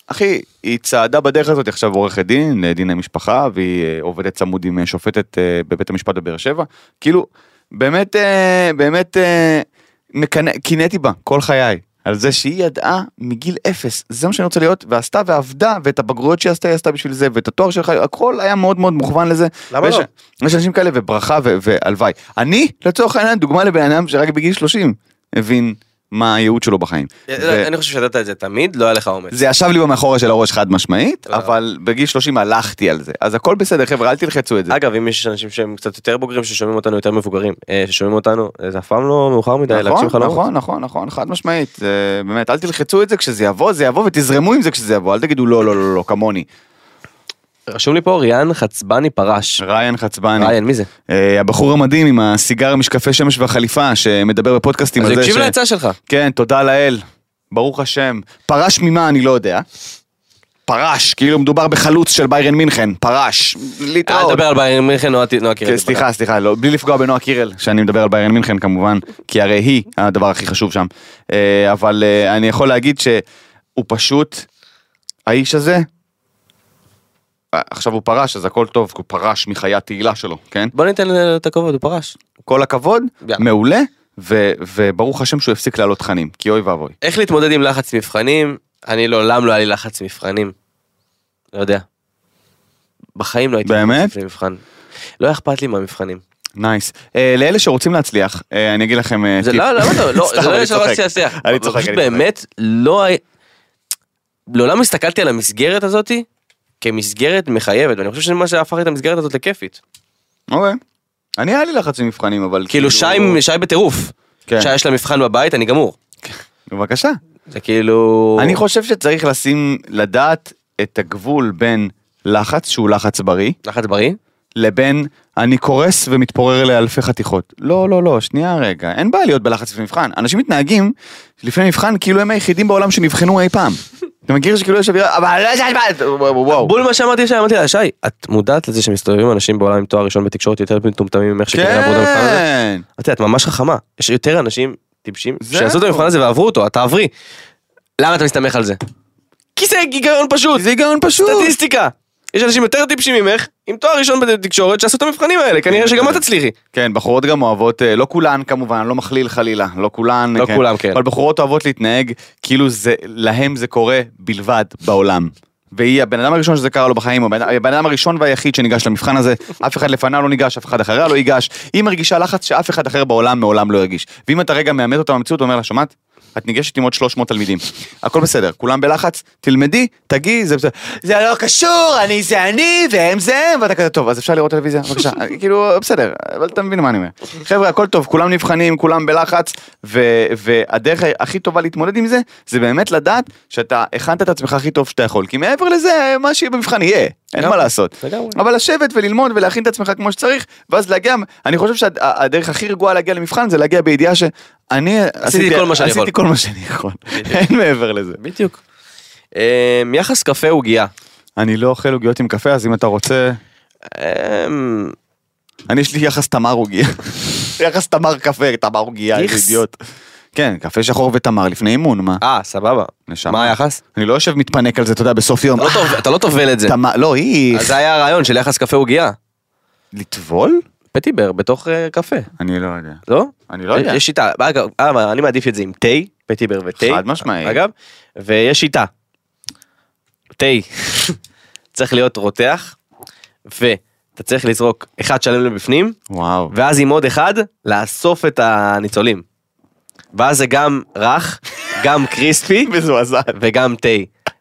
אחי, היא צעדה בדרך הזאת היא עכשיו עורכת דין, אה, דיני משפחה, והיא אה, עובדת צמוד עם אה, שופטת אה, בבית המשפט בבאר שבע. כאילו, באמת, אה, באמת, אה, מקנא- קינאתי בה כל חיי. על זה שהיא ידעה מגיל אפס, זה מה שאני רוצה להיות, ועשתה ועבדה, ואת הבגרויות שהיא עשתה, היא עשתה בשביל זה, ואת התואר שלך, הכל היה מאוד מאוד מוכוון לזה.
למה
ויש-
לא?
יש אנשים כאלה, וברכה, ו- והלוואי. אני, לצורך העניין, דוגמה לבן אדם שרק בגיל 30 הבין מה הייעוד שלו בחיים. ו-
אה, אני חושב שידעת את זה תמיד, לא היה לך אומץ.
זה ישב לי במאחורה של הראש חד משמעית,
תודה.
אבל בגיל 30 הלכתי על זה. אז הכל בסדר, חבר'ה, אל תלחצו את זה.
אגב, אם יש אנשים שהם קצת יותר בוגרים ששומעים אותנו יותר מבוגרים, אה, ששומעים אותנו, אה, זה אף פעם לא מאוחר מדי
נכון,
להגשים חלומות.
נכון, נכון, נכון, חד משמעית. זה באמת, אל תלחצו את זה כשזה יבוא, זה יבוא ותזרמו עם זה כשזה יבוא, אל תגידו לא, לא, לא, לא, כמוני.
רשום לי פה ריאן חצבני פרש.
ריין חצבני.
ריאן, מי זה?
אה, הבחור המדהים עם הסיגר, משקפי שמש והחליפה, שמדבר בפודקאסטים.
אז
על זה
תקשיב
ש-
לעצה שלך.
כן, תודה לאל. ברוך השם. פרש ממה אני לא יודע. פרש, כאילו מדובר בחלוץ של ביירן מינכן, פרש.
אל
להתראות.
תדבר אה, על בעיה, מיכן נועה נועה
כן,
קירל.
סליחה, סליחה, לא, בלי לפגוע בנועה קירל, שאני מדבר על ביירן מינכן כמובן, כי הרי היא הדבר הכי חשוב שם. אה, אבל אה, אני יכול להגיד שהוא פשוט, האיש הזה, אה, עכשיו הוא פרש, אז הכל טוב, כי הוא פרש מחיי התהילה שלו, כן?
בוא ניתן לו את הכבוד, הוא פרש.
כל הכבוד,
יאללה.
מעולה, ו- וברוך השם שהוא הפסיק להעלות תכנים, כי אוי ואבוי.
איך להתמודד עם לחץ מבחנים? אני לעולם לא היה לי לחץ מבחנים. לא יודע. בחיים לא הייתי
באמת?
לחץ מבחן. לא היה אכפת לי מהמבחנים.
נייס. אה, לאלה שרוצים להצליח, אה, אני אגיד לכם... אה,
זה
טיפ.
לא, למה אתה, לא,
סתם,
זה לא
אני
היה שלא
צוחק.
רציתי להצליח.
אני צוחק, אני
פשוט
צוחק.
באמת לא... הי- לעולם הסתכלתי על המסגרת הזאתי כמסגרת מחייבת, ואני חושב שזה מה שהפך את המסגרת הזאת לכיפית.
אוקיי. אני היה לי לחץ ממבחנים, אבל
כאילו שי, שי בטירוף.
כן.
שי יש לה מבחן בבית, אני גמור.
בבקשה.
זה כאילו...
אני חושב שצריך לשים, לדעת את הגבול בין לחץ, שהוא לחץ בריא,
לחץ בריא?
לבין אני קורס ומתפורר לאלפי חתיכות. לא, לא, לא, שנייה רגע, אין בעיה להיות בלחץ לפני מבחן. אנשים מתנהגים לפני מבחן כאילו הם היחידים בעולם שנבחנו אי פעם. אתה מכיר שכאילו יש אווירה, אבל לא יודעת מה, וואו, וואו.
בול מה שאמרתי לשי, אמרתי לה, שי, את מודעת לזה שמסתובבים אנשים בעולם עם תואר ראשון בתקשורת יותר מטומטמים ממך שכן עברו את המבחן הזה?
כן,
אמרתי לה, את ממש חכמה, יש יותר אנשים טיפשים
זהו.
שעשו את המבחן הזה ועברו אותו, אתה עברי. למה אתה מסתמך על זה? כי זה היגיון פשוט,
זה היגיון פשוט.
סטטיסטיקה. יש אנשים יותר טיפשים ממך, עם תואר ראשון בתקשורת, שעשו את המבחנים האלה, כנראה שגם את תצליחי.
כן, בחורות גם אוהבות, אה, לא כולן כמובן, לא מכליל חלילה, לא כולן.
לא כולם, כן.
אבל בחורות אוהבות להתנהג כאילו זה, להם זה קורה בלבד בעולם. והיא הבן אדם הראשון שזה קרה לו בחיים, הבן הבן אדם הראשון והיחיד שניגש למבחן הזה, אף אחד לפניו לא ניגש, אף אחד אחריה לא ייגש, היא מרגישה לחץ שאף אחד אחר בעולם מעולם לא הרגיש. ואם אתה רגע מאמת אותה במציאות, אתה אומר לה, שומעת? את ניגשת עם עוד 300 תלמידים. הכל בסדר, כולם בלחץ, תלמדי, תגיעי, זה בסדר. זה לא קשור, אני זה אני, והם זה הם, ואתה כזה טוב, אז אפשר לראות טלוויזיה, בבקשה. כאילו, בסדר, אבל אתה מבין מה אני אומר. חבר'ה, הכל טוב, כולם נבחנים, כולם בלחץ, ו- והדרך הכי טובה להתמודד עם זה, זה באמת לדעת שאתה הכנת את עצמך הכי טוב שאתה יכול. כי מעבר לזה, מה שיהיה במבחן יהיה, אין מה לעשות.
לגמרי.
אבל לשבת וללמוד ולהכין את עצמך כמו שצריך, ואז להגיע, אני חושב שהדרך הכי רגועה להגיע למבחן זה להגיע בידיעה שאני
כל מה שאני יכול.
עשיתי כל מה שאני יכול, אין מעבר לזה.
בדיוק. אמ, יחס קפה עוגיה.
אני לא אוכל עוגיות עם קפה, אז אם אתה רוצה,
אמ,
אני יש לי יחס תמר עוגיה, יחס תמר קפה, תמר עוגיה, איזה
איכס.
אידיוט. כן, קפה שחור ותמר לפני אימון, מה?
אה, סבבה.
נשמה.
מה היחס?
אני לא יושב מתפנק על זה, אתה יודע, בסוף יום.
אתה לא טוב- אתה לא טובל את זה.
תמר, לא, היא...
אז זה היה הרעיון של יחס קפה עוגיה.
לטבול?
פטיבר בתוך אה, קפה,
אני לא יודע.
לא?
אני לא יודע.
יש שיטה. אגב, אה, אני מעדיף את זה עם תה, פטיבר ותה.
חד משמעי.
אגב, ויש שיטה. תה. צריך להיות רותח, ואתה צריך לזרוק אחד שלם לבפנים,
וואו.
ואז עם עוד אחד, לאסוף את הניצולים. ואז זה גם רך, גם קריספי,
מזועזע.
וגם תה.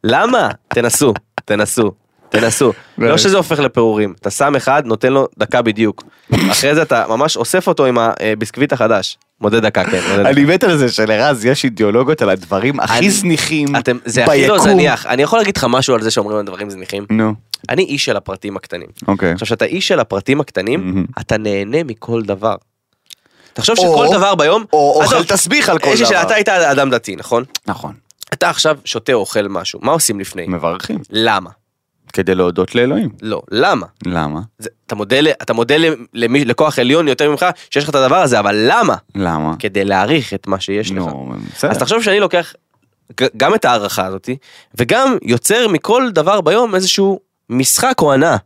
למה? תנסו, תנסו, תנסו. לא שזה הופך לפירורים, אתה שם אחד, נותן לו דקה בדיוק. אחרי זה אתה ממש אוסף אותו עם הביסקוויט החדש. מודד דקה, כן. מודד דקה.
אני מת על זה שלרז יש אידיאולוגיות על הדברים הכי
אני-
זניחים
אתם, זה הכי לא
ביקום.
זניח. אני יכול להגיד לך משהו על זה שאומרים על דברים זניחים?
נו,
אני איש של הפרטים הקטנים.
אוקיי.
עכשיו, כשאתה איש של הפרטים הקטנים,
מהמם.
אתה נהנה מכל דבר. תחשוב
Mm. או-
שכל דבר ביום...
או
עזוב,
אוכל תסביך על כל
יש לי שאלה,
דבר.
אתה היית אדם דתי, נכון?
נכון.
אתה עכשיו שותה או אוכל משהו, מה עושים לפני?
אה. מברכים.
למה?
כדי להודות לאלוהים.
לא, למה?
למה?
זה, אתה מודה, ל- אתה מודה ל- למי, לכוח עליון יותר ממך שיש לך את הדבר הזה, אבל למה?
למה?
כדי להעריך את מה שיש לך.
נו, בסדר.
אז תחשוב שאני לוקח ג- גם את ההערכה הזאתי, וגם יוצר מכל דבר ביום איזשהו משחק או הנאה.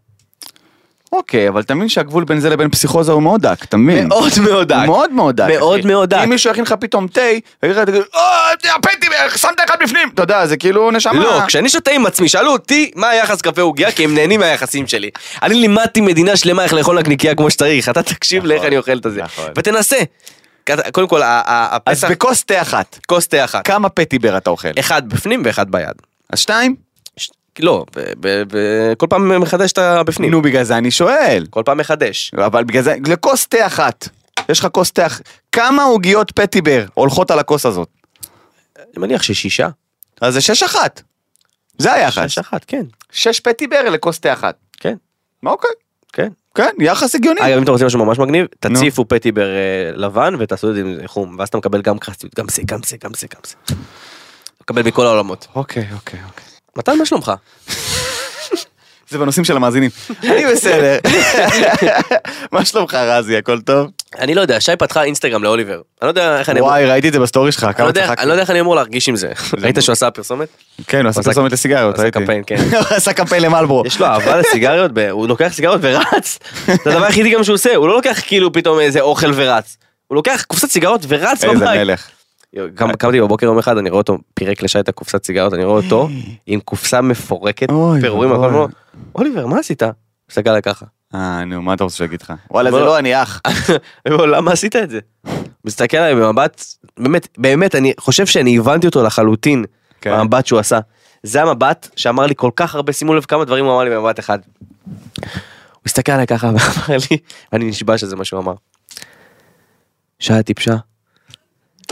אוקיי, אבל אתה מבין שהגבול בין זה לבין פסיכוזה הוא מאוד דק, אתה מבין?
מאוד מאוד דק.
מאוד מאוד דק.
מאוד
אחי.
מאוד דק.
אם מישהו יכין לך פתאום תה, יגיד לך, "אה, תגיד, או, הפטי, שמת אחד בפנים. אתה יודע, זה כאילו נשמה.
לא, כשאני שותה עם עצמי, שאלו אותי מה היחס קפה עוגיה, כי הם נהנים מהיחסים שלי. אני לימדתי מדינה שלמה איך לאכול נקניקייה כמו שצריך, אתה תקשיב לאיך אני אוכל את הזה.
נכון.
ותנסה. קודם כל, ה- ה-
אז
הפסח,
בכוס תה אחת,
כוס תה אחת.
כמה פטיבר אתה אוכל?
אחד בפנים ואחד ביד.
אז שתיים?
ש- לא, ב- ב- ב- כל פעם מחדש את הבפנים.
נו, בגלל זה אני שואל.
כל פעם מחדש.
אבל בגלל זה, לכוס תה אחת. יש לך כוס תה אחת. כמה עוגיות פטיבר הולכות על הכוס הזאת?
אני מניח ששישה.
אז זה שש אחת. זה היחס.
שש אחת, כן.
שש פטיבר לכוס תה אחת.
כן,
אוקיי.
כן.
כן, יחס הגיוני.
אגב, אם אתם רוצים משהו ממש מגניב, תציפו פטיבר אה, לבן ותעשו את זה עם חום, ואז אתה מקבל גם חסיות, גם זה, גם זה, גם זה, גם זה. אתה מקבל מכל העולמות.
אוקיי, אוקיי, אוקיי.
מתן, מה שלומך?
זה בנושאים של המאזינים. אני בסדר. מה שלומך רזי, הכל טוב?
אני לא יודע, שי פתחה אינסטגרם לאוליבר. אני לא יודע איך אני אמור...
וואי, ראיתי את זה בסטורי שלך,
אני לא
כמה
יודע-
צחקתי.
אני לא יודע איך אני אמור להרגיש עם זה. ראית שהוא עשה פרסומת?
כן, הוא עשה
עשה-
פרסומת לסיגריות,
עשה
ראיתי.
קמפיין, כן.
הוא עשה קמפיין למלבורו.
יש לו אהבה לסיגריות, ב- הוא לוקח סיגריות ורץ. זה הדבר היחידי גם שהוא עושה, הוא לא לוקח כאילו פתאום איזה אוכל ורץ. הוא לוקח קופסת סיגריות ורץ
איזה
בבית.
מלך.
יו, קם- קמתי בבוקר יום אחד, אני רואה אותו פירק לשי את הקופסת סיגריות, אני רואה אותו עם קופסה מפורקת,
אוי
פירורים,
ואבוי.
הכל אמרו, אוליבר, מה עשית? הוא הסתכל עליי ככה.
אה, נו, מה אתה רוצה שאני אגיד לך? וואלה, זה
בוא- אה.
לא אני אח.
אני אומר, למה עשית את זה? הוא מסתכל עליי במבט, באמת, באמת, אני חושב שאני הבנתי אותו לחלוטין,
כן.
במבט שהוא עשה. זה המבט שאמר לי כל כך הרבה, שימו לב כמה דברים הוא אמר לי במבט אחד. הוא הסתכל עליי ככה ואמר לי, אני נשבע שזה מה שהוא אמר. שעה טיפשה,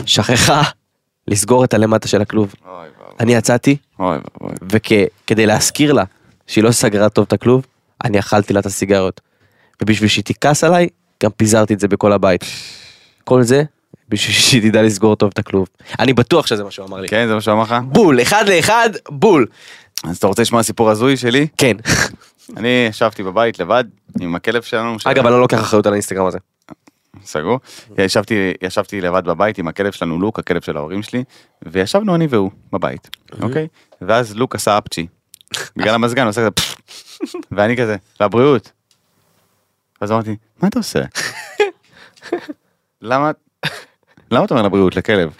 שכחה לסגור את הלמטה של הכלוב. אני יצאתי,
אוי ואבוי.
וכדי להזכיר לה שהיא לא סגרה טוב את הכלוב, אני אכלתי לה את הסיגריות. ובשביל שהיא תכעס עליי, גם פיזרתי את זה בכל הבית. כל זה, בשביל שהיא תדע לסגור טוב את הכלוב. אני בטוח שזה מה שהוא אמר לי.
כן, זה מה שאמר לך?
בול, אחד לאחד, בול.
אז אתה רוצה לשמוע סיפור הזוי שלי?
כן.
אני ישבתי בבית לבד עם הכלב שלנו.
אגב, אני לא לוקח אחריות על האינסטגרם הזה.
סגור. ישבתי, ישבתי לבד בבית עם הכלב שלנו לוק, הכלב של ההורים שלי, וישבנו אני והוא בבית, אוקיי? ואז לוק עשה אפצ'י. בגלל המזגן הוא עושה כזה פפפ, ואני כזה, לבריאות. אז אמרתי, מה אתה עושה? למה, למה אתה אומר לבריאות לכלב?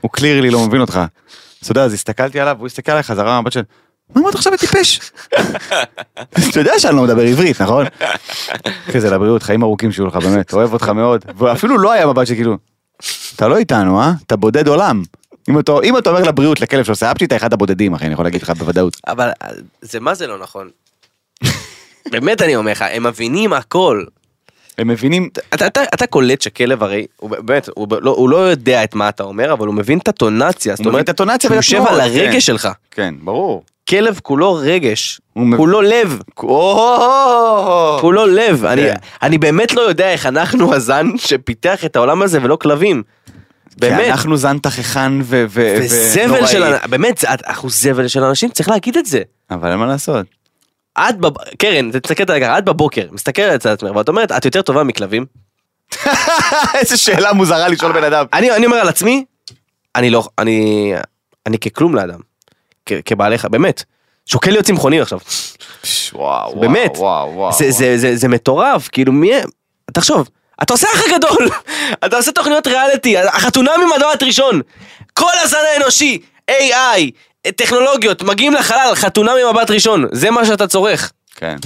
הוא קלירלי לא מבין אותך. אז אתה יודע, אז הסתכלתי עליו, והוא הסתכל עליי חזרה במבט של, מה אמרת עכשיו לטיפש? אתה יודע שאני לא מדבר עברית, נכון? כזה לבריאות, חיים ארוכים שיהיו לך, כאילו, באמת, אוהב אותך מאוד. ואפילו לא היה מבט שכאילו, אתה לא איתנו, אה? אתה בודד עולם. אם אתה- אם אתה אומר לבריאות לכלב שעושה אפצ'י, אתה אחד הבודדים, אחי, אני יכול להגיד לך בוודאות.
אבל אה, זה מה זה לא נכון. באמת אני אומר לך, הם מבינים הכל.
הם מבינים,
אתה, אתה, אתה קולט שכלב הרי, הוא באמת, הוא, ב- לא, הוא לא יודע את מה אתה אומר, אבל הוא מבין את הטונציה, זאת
מבין
אומרת,
את הטונציה
הוא
ואת
יושב
התנועות,
על
כן.
הרגש שלך.
כן, ברור.
כלב כולו רגש,
הוא מב- לא.
כולו לב, כולו לב. אני,
כן.
אני באמת לא יודע איך אנחנו הזן שפיתח את העולם הזה ולא כלבים.
כי
באמת.
אנחנו אה, זן תככן
וזבל של, אנ- באמת, זה- אנחנו זבל של אנשים, צריך להגיד את זה.
אבל אין מה לעשות.
את, בב... קרן, תסתכלת על ככה, את בבוקר, מסתכלת על עצמך, ואת אומרת, את יותר טובה מכלבים.
איזה שאלה מוזרה לשאול בן אדם.
אני, אני אומר על עצמי, אני לא, אני, אני ככלום לאדם, כ, כבעלי חיים, באמת. שוקל להיות צמחוני עכשיו,
וואו, וואו,
באמת.
וואו, וואו.
זה, זה, זה, זה מטורף, כאילו מי, תחשוב, אתה עושה אח הגדול, אתה עושה תוכניות ריאליטי, החתונמי מדורת ראשון, כל הזן האנושי, AI, טכנולוגיות, מגיעים לחלל, חתונמי מבט ראשון, זה מה שאתה צורך.
כן.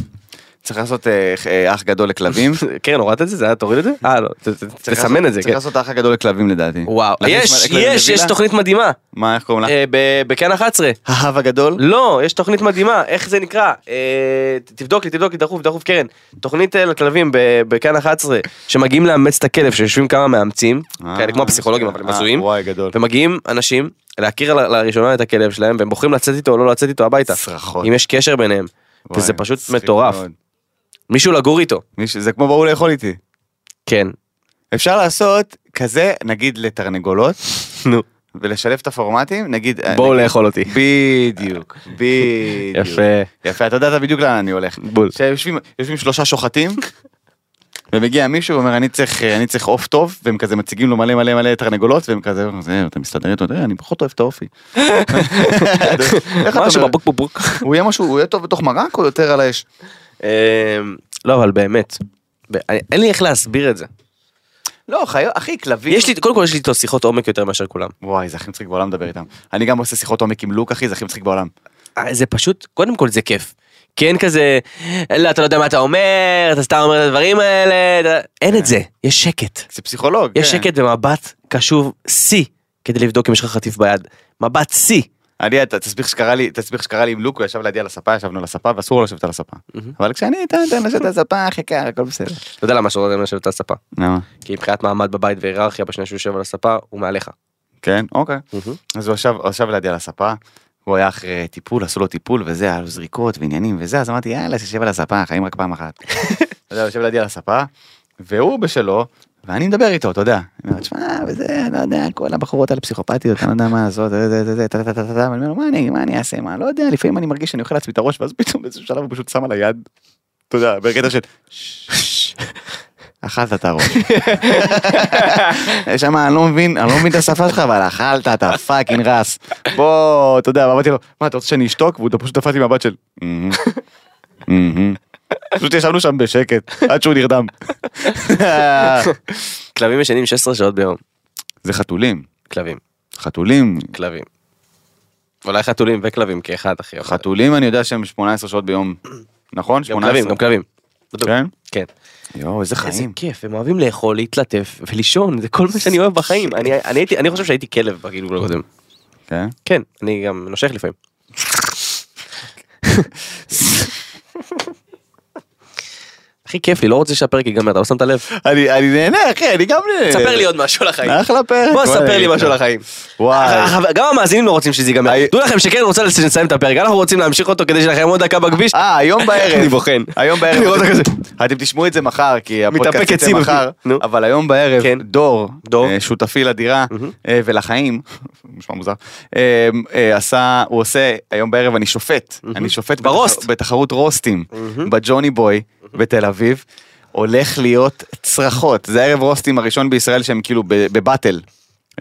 צריך לעשות אה, אה, אח גדול לכלבים.
קרן, הורדת את זה? זה היה, תוריד את זה? אה, לא, ת- ת- תסמן את זה,
צריך
כן.
לעשות האח הגדול לכלבים לדעתי.
וואו,
להכניס
יש,
כלבים
יש, יש
לווילה?
תוכנית מדהימה.
מה, איך קוראים לה?
אה, ב- בכאן 11.
האב הגדול?
לא, יש תוכנית מדהימה, איך זה נקרא? אה, ת- תבדוק לי, תבדוק לי, דחוף, דחוף, קרן. תוכנית אה, לכלבים ב- בכאן 11, שמגיעים לאמץ את הכלב, שיושבים כמה מאמצים,
אה,
כאלה כמו הפסיכולוגים, אבל הם
אה,
הזויים,
וואי, גדול.
ומגיעים אנשים להכיר ל- לראשונה את הכלב שלהם, והם בוחרים לצאת איתו או לא לצאת איתו הביתה.
צרחות.
אם יש קשר ביניהם. וזה
וואי,
פשוט
מצחיק
מטורף.
מאוד.
מישהו לגור איתו.
מישהו- זה כמו באו לאכול איתי.
כן.
אפשר לעשות כזה, נגיד לתרנגולות,
נו.
ולשלב את הפורמטים, נגיד... אה,
בואו
נגיד-
לאכול אותי.
בדיוק, בדיוק.
יפה.
יפה, אתה יודעת בדיוק לאן אני הולך.
בול.
שיושבים יושבים שלושה שוחטים, ומגיע מישהו ואומר, אני צריך אני צריך עוף טוב, והם כזה מציגים לו מלא מלא מלא תרנגולות, והם כזה, "זה, אתה מסתדר איתו, "אה, אני פחות אוהב את האופי. איך אתה
משהו
אומר?
בבוק בוק בוק.
הוא יהיה משהו, הוא יהיה טוב בתוך מרק או יותר על האש?
אמ, לא, אבל באמת. ב- אני- אין לי איך להסביר את זה.
לא, חיו- אחי, כלבים...
יש לי, קודם כל יש לי איתו שיחות עומק יותר מאשר כולם.
וואי, זה הכי מצחיק בעולם לדבר איתם. אני גם עושה שיחות עומק עם לוק, אחי, זה הכי מצחיק בעולם.
אה, זה פשוט, קודם כל זה כיף. כי אין כזה, לא, אתה לא יודע מה אתה אומר, אתה סתם אומר את הדברים האלה, אתה- אין את זה, יש שקט.
זה פסיכולוג.
יש
כן.
שקט ומבט קשוב שיא, כדי לבדוק אם יש לך חטיף ביד. מבט שיא.
אני, אתה- תסביך שקרה לי, תסביך שקרה לי עם לוק, הוא ישב לידי על הספה, ישבנו על הספה, ואסור לו לשבת על הספה. אבל כשאני איתה, תן לשבת על הספה, אחי קר, הכל בסדר.
אתה יודע למה אסור להם לשבת על הספה?
למה?
כי מבחינת מעמד בבית והיררכיה, בשנייה שהוא יושב על הספה, הוא מעליך.
כן, אוקיי.
מהמם.
אז הוא ישב, הוא ישב לידי על הספה, הוא היה אחרי טיפול, עשו לו טיפול וזה, היה לו זריקות ועניינים וזה, אז אמרתי, יאללה, שישב על הספה, חיים רק פעם אחת. אז הוא יושב לידי על הספה, והוא בשלו, ואני מדבר איתו, אתה יודע. אני אומר, תשמע, וזה, לא יודע, כל הבחורות האלה פסיכופתיות, אני לא יודע מה לעשות, זה, זה, זה, זה, טה, טה, טה, טה, טה, ואני אומר לו, מה אני, מה אני אעשה, מה, לא יודע, לפעמים אני מרגיש שאני אוכל לעצמי את הראש, ואז פתאום באיזשהו שלב הוא פשוט שם על היד, אתה יודע, בקטע של, "ששש, אכלת את הראש. יש שם, אני לא מבין, אני לא מבין את השפה שלך, אבל אכלת, אתה פאקינג רס. בוא, אתה יודע, אמרתי לו, מה, אתה רוצה שאני אשתוק? והוא פשוט תפס לי מבט של... "מהמם, מהמם." פשוט ישבנו שם בשקט, עד שהוא נרדם.
כלבים ישנים 16 שעות ביום.
זה חתולים,
כלבים.
חתולים,
כלבים. אולי חתולים וכלבים כאחד, אחי. אבל-
חתולים אני יודע שהם 18 שעות ביום, נכון?
גם כלבים, גם כלבים.
כן?
כן.
יואו, איזה
איזה
חיים.
כיף, הם אוהבים לאכול, להתלטף ולישון, זה כל מה שאני אוהב בחיים. אני, אני, הייתי, אני חושב שהייתי כלב בגלגול הקודם.
כן?
כן, אני גם נושך לפעמים. הכי כיף לי, לא רוצה שהפרק ייגמר, אתה לא שמת לב?
אני אני נהנה, אחי, אני גם נהנה.
ספר לי עוד משהו על החיים.
אחלה פרק.
בוא,
וואי,
ספר לי
אני-
משהו על החיים.
וואי.
אח- גם המאזינים לא רוצים שזה ייגמר.
היי-
דעו לכם שקרן רוצה לסיים את הפרק, אנחנו רוצים להמשיך אותו כדי שלכם עוד דקה בכביש.
אה, היום בערב.
אני בוחן.
היום
אני רואה
בערב.
אותה
אתם- אתם תשמעו את זה מחר, כי הפודקאסט
מתאפק
יצא
עצים,
מחר,
נו.
אבל היום בערב,
כן.
דור,
דור.
אה, שותפי לדירה אה, ולחיים, נשמע מוזר, אה, אה, עשה, הוא עושה, היום בערב אני שופט, אני שופט
ברוסט.
בתח- בתחרות רוסטים, בג'וני בוי, בתל אביב. הולך להיות צרחות, זה ערב רוסטים הראשון בישראל שהם כאילו ב- בבאטל,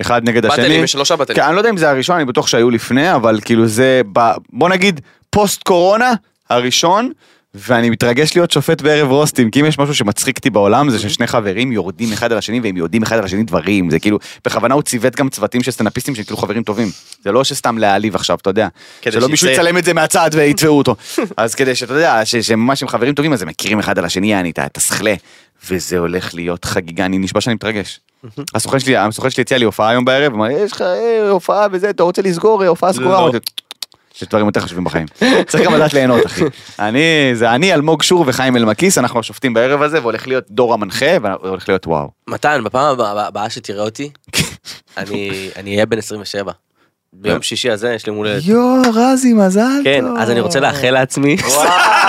אחד נגד השני.
באטלים, יש שלושה באטלים.
כן, אני לא יודע אם זה הראשון, אני בטוח שהיו לפני, אבל כאילו זה, ב... בוא נגיד, פוסט קורונה, הראשון, ואני מתרגש להיות שופט בערב רוסטים, כי אם יש משהו שמצחיק אותי בעולם, זה ששני חברים יורדים אחד על השני והם יודעים אחד על השני דברים, זה כאילו, בכוונה הוא ציוות גם צוותים של סטנאפיסטים שהם כאילו חברים טובים. זה לא שסתם להעליב עכשיו, אתה יודע.
כדי
שלא מישהו
שיצא-
יצלם את זה מהצד ויתבעו אותו. אז כדי שאתה יודע, ש- שממש הם חברים טובים, אז הם מכירים אחד על השני, יעני, אתה אתה שכלה. וזה הולך להיות חגיגה, אני נשבע שאני מתרגש. הסוכן שלי, הסוכן שלי הציע לי הופעה היום בערב, אמר, יש לך אה, הופעה וזה, אתה רוצה לסגור אה, הופעה סגורה?
לא.
אמרתי, יש דברים יותר חשובים בחיים. צריך גם לדעת ליהנות, אחי. אני, זה אני, אלמוג שור וחיים אלמקיס, אנחנו השופטים בערב הזה, והולך להיות דור המנחה, והולך להיות וואו.
מתן, בפעם הבאה- הבאה שתראה אותי, אני אני אהיה בן 27. ביום שישי הזה יש לי מול...
יואו, רזי, מזל טוב.
כן, אז אני רוצה לאחל לעצמי.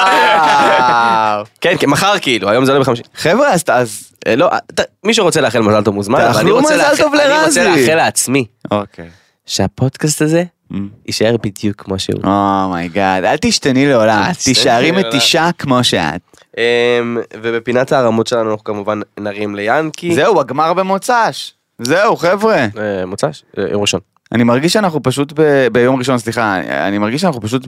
וואו.
כן, כן, מחר כאילו, היום זה עולה בחמישי.
חבר'ה, אז... ת- אז...
אה, לא, ת- מי שרוצה לאחל מזל טוב מוזמן, אבל אני
תאכלו
רוצה
מזל
לאחל-
טוב
אני
לרזי.
רוצה לאחל לעצמי
אוקיי.
שהפודקאסט הזה
Mm.
יישאר בדיוק כמו שהוא.
אומייגאד, Oh אל תשתני לעולם,
תשתני
תישארי
לעולם.
מתישה כמו שאת.
אמ, ובפינת הערמות שלנו אנחנו כמובן נרים ליאנקי.
זהו, הגמר במוצ"ש. זהו, חבר'ה.
אה, מוצ"ש? אה, יום ראשון.
אני מרגיש שאנחנו פשוט ב... ביום ראשון, סליחה, אני מרגיש שאנחנו פשוט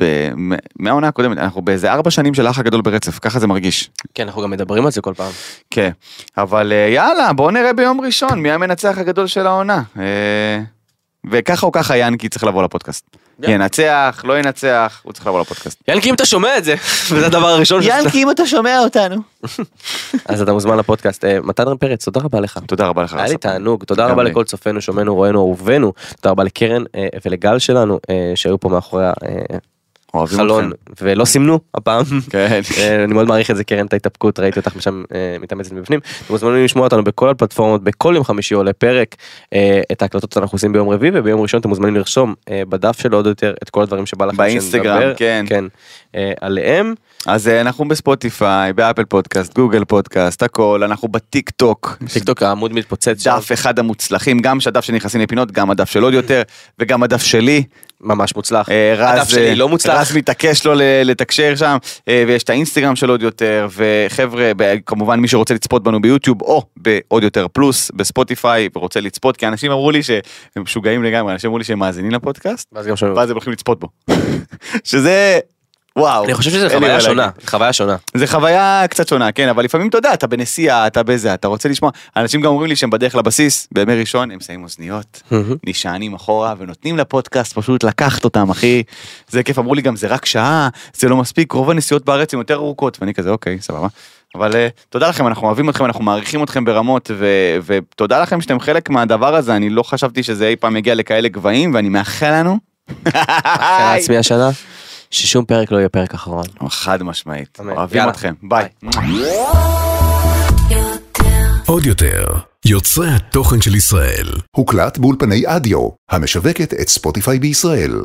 ב... מ- מהעונה הקודמת, אנחנו באיזה ארבע שנים של האח הגדול ברצף, ככה זה מרגיש.
כן, אנחנו גם מדברים על זה כל פעם.
כן. אבל אה, יאללה, בואו נראה ביום ראשון מי המנצח הגדול של העונה. אה, וככה או ככה ינקי צריך לבוא לפודקאסט. ינצח, לא ינצח, הוא צריך לבוא לפודקאסט.
יאנקי, אם אתה שומע את זה, וזה הדבר הראשון שאתה...
אם אתה שומע אותנו.
אז אתה מוזמן לפודקאסט. אה, מתן פרץ, תודה רבה לך.
תודה רבה לך.
היה לי
רס"פ.
תענוג, תודה
גם
רבה
לי.
לכל צופינו, שומענו, רואינו, אהובינו, תודה רבה לקרן אה, ולגל שלנו אה, שהיו פה מאחורי אה,
אוהבים
החלון
אתכם.
ולא סימנו הפעם.
כן.
אה, אני מאוד מעריך את זה קרן את ההתאפקות ראיתי אותך משם אה, מתאמצת מבפנים. אתם מוזמנים לשמוע אותנו בכל הפלטפורמות בכל יום חמישי עולה פרק אה, את ההקלטות שאנחנו עושים ביום רביעי וביום ראשון אתם מוזמנים לרשום אה, בדף שלו עוד יותר את כל הדברים שבא לכם
באינסטגרם,
שנדבר,
כן.
כן אה, עליהם.
אז אה, אנחנו בספוטיפיי, באפל פודקאסט, גוגל פודקאסט, הכל, אנחנו בטיק טוק.
טיק טוק העמוד מתפוצץ שם,
דף אחד המוצלחים, גם שהדף שנכנסים לפינות, גם הדף של עוד יותר, וגם הדף שלי.
ממש מוצלח.
אה, רז,
הדף שלי
אה,
לא מוצלח.
רז מתעקש לו ל- לתקשר שם, אה, ויש את האינסטגרם של עוד יותר, וחבר'ה, ב- כמובן מי שרוצה לצפות בנו ביוטיוב, או בעוד יותר פלוס, בספוטיפיי, ורוצה לצפות, כי אנשים אמרו לי שהם משוגעים לגמרי, אנשים אמרו לי שהם מאזינים לפודקאסט,
ואז גם שומעים.
ואז הם הולכים לצפות בו. שזה... וואו.
אני חושב
אין
שזו
לי מה
חוויה
להגיד.
שונה, חוויה שונה.
זה חוויה קצת שונה, כן, אבל לפעמים אתה יודע, אתה בנסיעה, אתה בזה, אתה רוצה לשמוע. אנשים גם אומרים לי שהם בדרך לבסיס, בימי ראשון הם שמים אוזניות, נשענים אחורה ונותנים לפודקאסט פשוט לקחת אותם, אחי. זה כיף, אמרו לי גם זה רק שעה, זה לא מספיק, רוב הנסיעות בארץ הן יותר ארוכות, ואני כזה, אוקיי, סבבה. אבל אה, תודה לכם, אנחנו אוהבים אתכם, אנחנו מעריכים אתכם ברמות, ו- ותודה לכם שאתם חלק מהדבר הזה, אני לא חשבתי שזה אי פעם יגיע לכאלה גבהים, ואני מאחל לנו.
אחרי עצמי השנה, ששום פרק לא יהיה פרק אחרון.
חד משמעית,
אמן.
אוהבים
יאללה.
אתכם, ביי.
עוד יותר, יוצרי התוכן של ישראל.
הוקלט באולפני אדיו, המשווקת את ספוטיפיי בישראל.